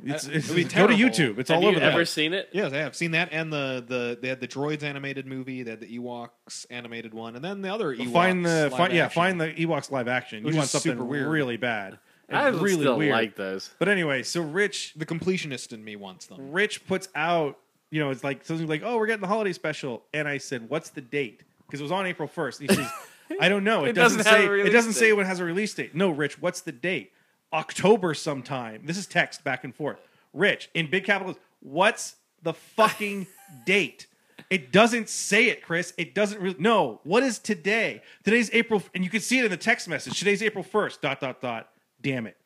S7: It's,
S8: Uh,
S7: it's,
S8: it'd be
S7: go
S8: terrible.
S7: to YouTube. It's
S1: Have
S7: all
S1: you
S7: over the
S1: ever
S7: place.
S1: seen it?
S8: Yes, I have seen that, and the the they had the Droids animated movie, they had the Ewoks animated one, and then the other Ewoks.
S7: Find the
S8: live
S7: find, yeah,
S8: action.
S7: find the Ewoks live action.
S8: Which
S7: You want
S8: is
S7: something
S8: super weird.
S7: really bad. and
S1: I would
S7: really
S1: still
S7: weird.
S1: like those.
S7: But anyway, so Rich
S8: the completionist in me wants them.
S7: Rich puts out, you know, it's like something like, "Oh, we're getting the holiday special," and I said, "What's the date?" Because it was on April first. He says, "I don't know. It,
S1: It
S7: doesn't,
S1: doesn't have
S7: say.
S1: a
S7: It
S1: release
S7: doesn't say
S1: date.
S7: when it has a release date." No, Rich. What's the date? October sometime. This is text back and forth. Rich in big capitals. What's the fucking date? It doesn't say it, Chris. It doesn't really. No. What is today? Today's April, and you can see it in the text message. Today's April first. Dot dot dot. Damn it.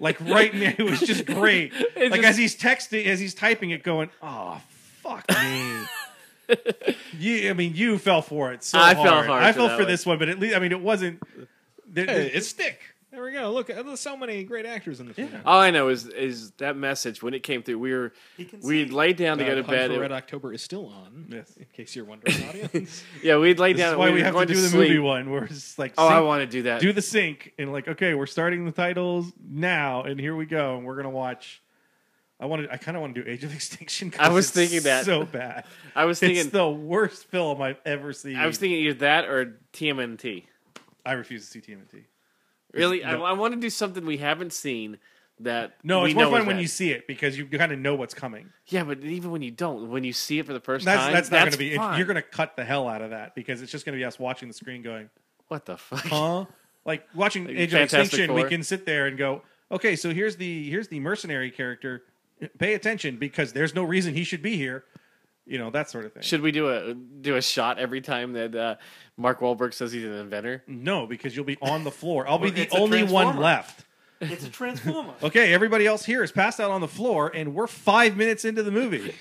S7: Like right now, it was just great. like
S1: just-
S7: as he's texting, as he's typing it, going, "Oh fuck me." you, I mean, you fell for it. So
S1: I
S7: hard.
S1: fell hard
S7: I
S1: for
S7: fell
S1: that
S7: for
S1: one.
S7: this one, but at least I mean, it wasn't. there-
S8: Hey, it's stick. There we go. Look, uh, there's so many great actors in the film.
S1: All I know is is that message when it came through. We were we laid down to go to
S8: Hunt
S1: bed.
S8: for
S1: and-
S8: Red October is still on.
S7: Yes.
S8: In case you're wondering, audience.
S1: yeah, we'd laid
S7: this
S1: down.
S7: is
S1: and
S7: why
S1: were
S7: we have to
S1: going
S7: do the
S1: sleep.
S7: movie one. Where it's like,
S1: Oh, I
S7: sync-
S1: want to do that.
S7: do the sync and like, okay, we're starting the titles now, and here we go, and we're gonna watch. I wanted. I kind of want to do Age of Extinction. 'cause
S1: I was
S7: it's
S1: thinking that.
S7: so bad.
S1: I was
S7: it's
S1: thinking.
S7: the worst film I've ever seen.
S1: I was thinking either that or TMNT.
S7: I refuse to see TMNT.
S1: Really,
S7: No.
S1: I, I want to do something we haven't seen. That
S7: No,
S1: we
S7: it's
S1: know
S7: more fun
S1: is
S7: when
S1: bad.
S7: you see it because you kind of know what's coming.
S1: Yeah, but even when you don't, when you see it for the first
S7: That's
S1: time,
S7: that's not going to be.
S1: fun.
S7: You're going to cut the hell out of that because it's just going to be us watching the screen going,
S1: what the fuck?
S7: huh? Like watching
S1: Like
S7: Age of
S1: Fantastic
S7: Extinction, we
S1: Four.
S7: can sit there and go, okay, so here's the here's the mercenary character. Pay attention because there's no reason he should be here. You know that sort of thing.
S1: Should we do a do a shot every time that uh, Mark Wahlberg says he's an inventor?
S7: no, because you'll be on the floor. I'll be
S6: Well,
S7: the
S6: it's a
S7: only one
S6: Transformer.
S7: left.
S6: It's a transformer.
S7: Okay, everybody else here is passed out on the floor, and we're five minutes into the movie.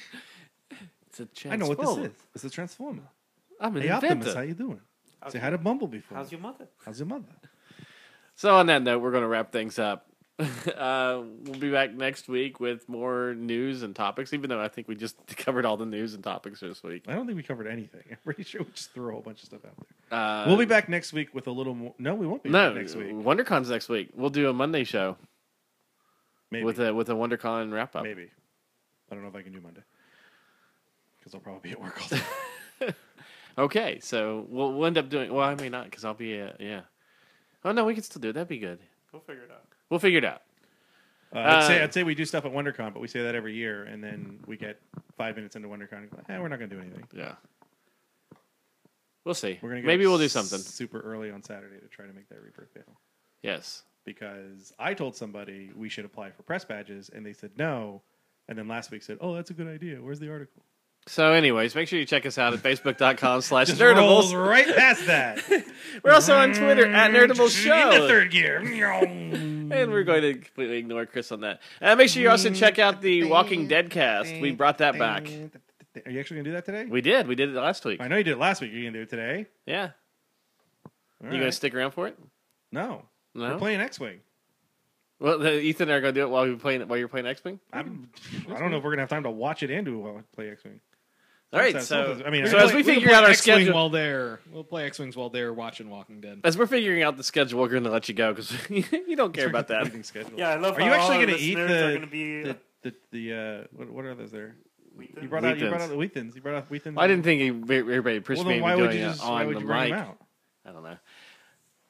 S1: It's a chance.
S7: I know what this is. It's a transformer.
S1: I'm an
S7: Hey, Optimus, how
S1: inventor.
S7: you doing? Say hi to Bumblebee for
S6: How's
S7: me.
S6: your mother?
S7: How's your mother?
S1: So on that note, we're going to wrap things up. uh, we'll be back next week with more news and topics. Even though I think we just covered all the news and topics this week.
S7: I don't think we covered anything. I'm pretty sure we just threw a whole bunch of stuff out there.
S1: Uh,
S7: we'll be back next week with a little more. No, we won't be
S1: No,
S7: back next week.
S1: WonderCon's next week. We'll do a Monday show
S7: Maybe.
S1: with a with a WonderCon wrap up.
S7: maybe. I don't know if I can do Monday because I'll probably be at work all day.
S1: Okay, so we'll, we'll end up doing. Well, I may not because I'll be. Uh, yeah. Oh no, we can still do it. That'd be good.
S6: Go figure it out.
S1: We'll figure it out.
S7: Uh, I'd, say,
S1: Uh,
S7: I'd say we do stuff at WonderCon, but we say that every year, and then we get five minutes into WonderCon and go, eh, we're not going to do anything.
S1: Yeah. We'll see.
S7: We're gonna get
S1: Maybe
S7: up
S1: we'll do something.
S7: super early on Saturday to try to make that rebirth panel.
S1: Yes.
S7: because I told somebody we should apply for press badges, and they said no. And then last week said, "Oh, that's a good idea. Where's the article?"
S1: So, anyways, make sure you check us out at facebook.com slash
S7: Just rolls
S1: nerdables.
S7: right past that.
S1: We're also on Twitter at
S6: Mm,
S1: Nerdables
S7: In the
S1: Show.
S7: third gear. Meow.
S1: And we're going to completely ignore Chris on that. And make sure you also check out the Walking Dead cast. We brought that back.
S7: Are you actually gonna do that today?
S1: We did. We did it last week.
S7: I know you did it last week. You're gonna do it today.
S1: Yeah.
S7: All
S1: You
S7: right.
S1: going to stick around for it?
S7: No. We're
S1: No.
S7: playing X-wing.
S1: Well, the, Ethan and I are going to do it while we playing while you're playing X Wing.
S7: I'm,
S1: Mm,
S7: I don't know if we're gonna have time to watch it and do it while I play X-wing.
S1: All right.
S7: Sounds-
S1: So,
S7: I mean,
S1: so
S7: I-
S1: as we
S8: can
S1: figure
S8: play
S1: out our
S8: X-Wing
S1: schedule,
S8: while they're we'll play X Wings while they're watching Walking Dead.
S1: as we're figuring out the schedule, we're going to let you go because you don't care about that.
S7: Eating schedule.
S6: Yeah, I love.
S7: Are you
S6: how
S7: actually
S6: all our
S7: gonna eat
S6: listeners
S7: the-
S6: Are gonna be
S7: The the, the uh, what, what are those there?
S6: Wheaton?
S7: You brought out you brought out the Wheatons. You brought out Wheatons.
S1: I didn't think he- everybody
S7: Well,
S1: appreciated
S7: then why
S1: me
S7: would
S1: doing
S7: you
S1: it
S7: just why
S1: on
S7: would
S1: the
S7: you bring
S1: mic.
S7: them out?
S1: I don't know.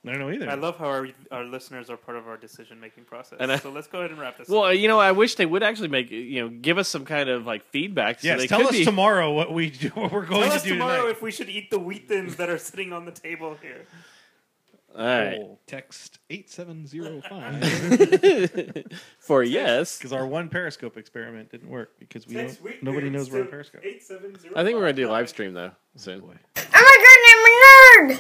S7: I don't know either.
S6: I love how our, our listeners are part of our decision making process.
S1: And I-
S6: so let's go ahead and wrap this. up.
S1: Well, uh, you know, I wish they would actually make you know give us some kind of like feedback. So
S7: Yes,
S1: they
S7: tell
S1: could
S7: us
S1: be,
S7: tomorrow what we do, what we're going
S6: Tell
S7: to
S6: us
S7: Oh, do
S6: tomorrow
S7: tonight.
S6: if we should eat the wheat thins that are sitting on the table here.
S1: All right.
S8: Text eight seven zero five.
S1: For yes,
S7: Because our one Periscope experiment didn't work because we
S6: Text
S7: don't,
S6: wheat
S7: nobody
S6: thins
S7: knows we're on
S6: to
S7: Periscope.
S6: 8705.
S1: I think we're gonna do a live stream though soon.
S7: Boy.
S2: Oh my god, turn.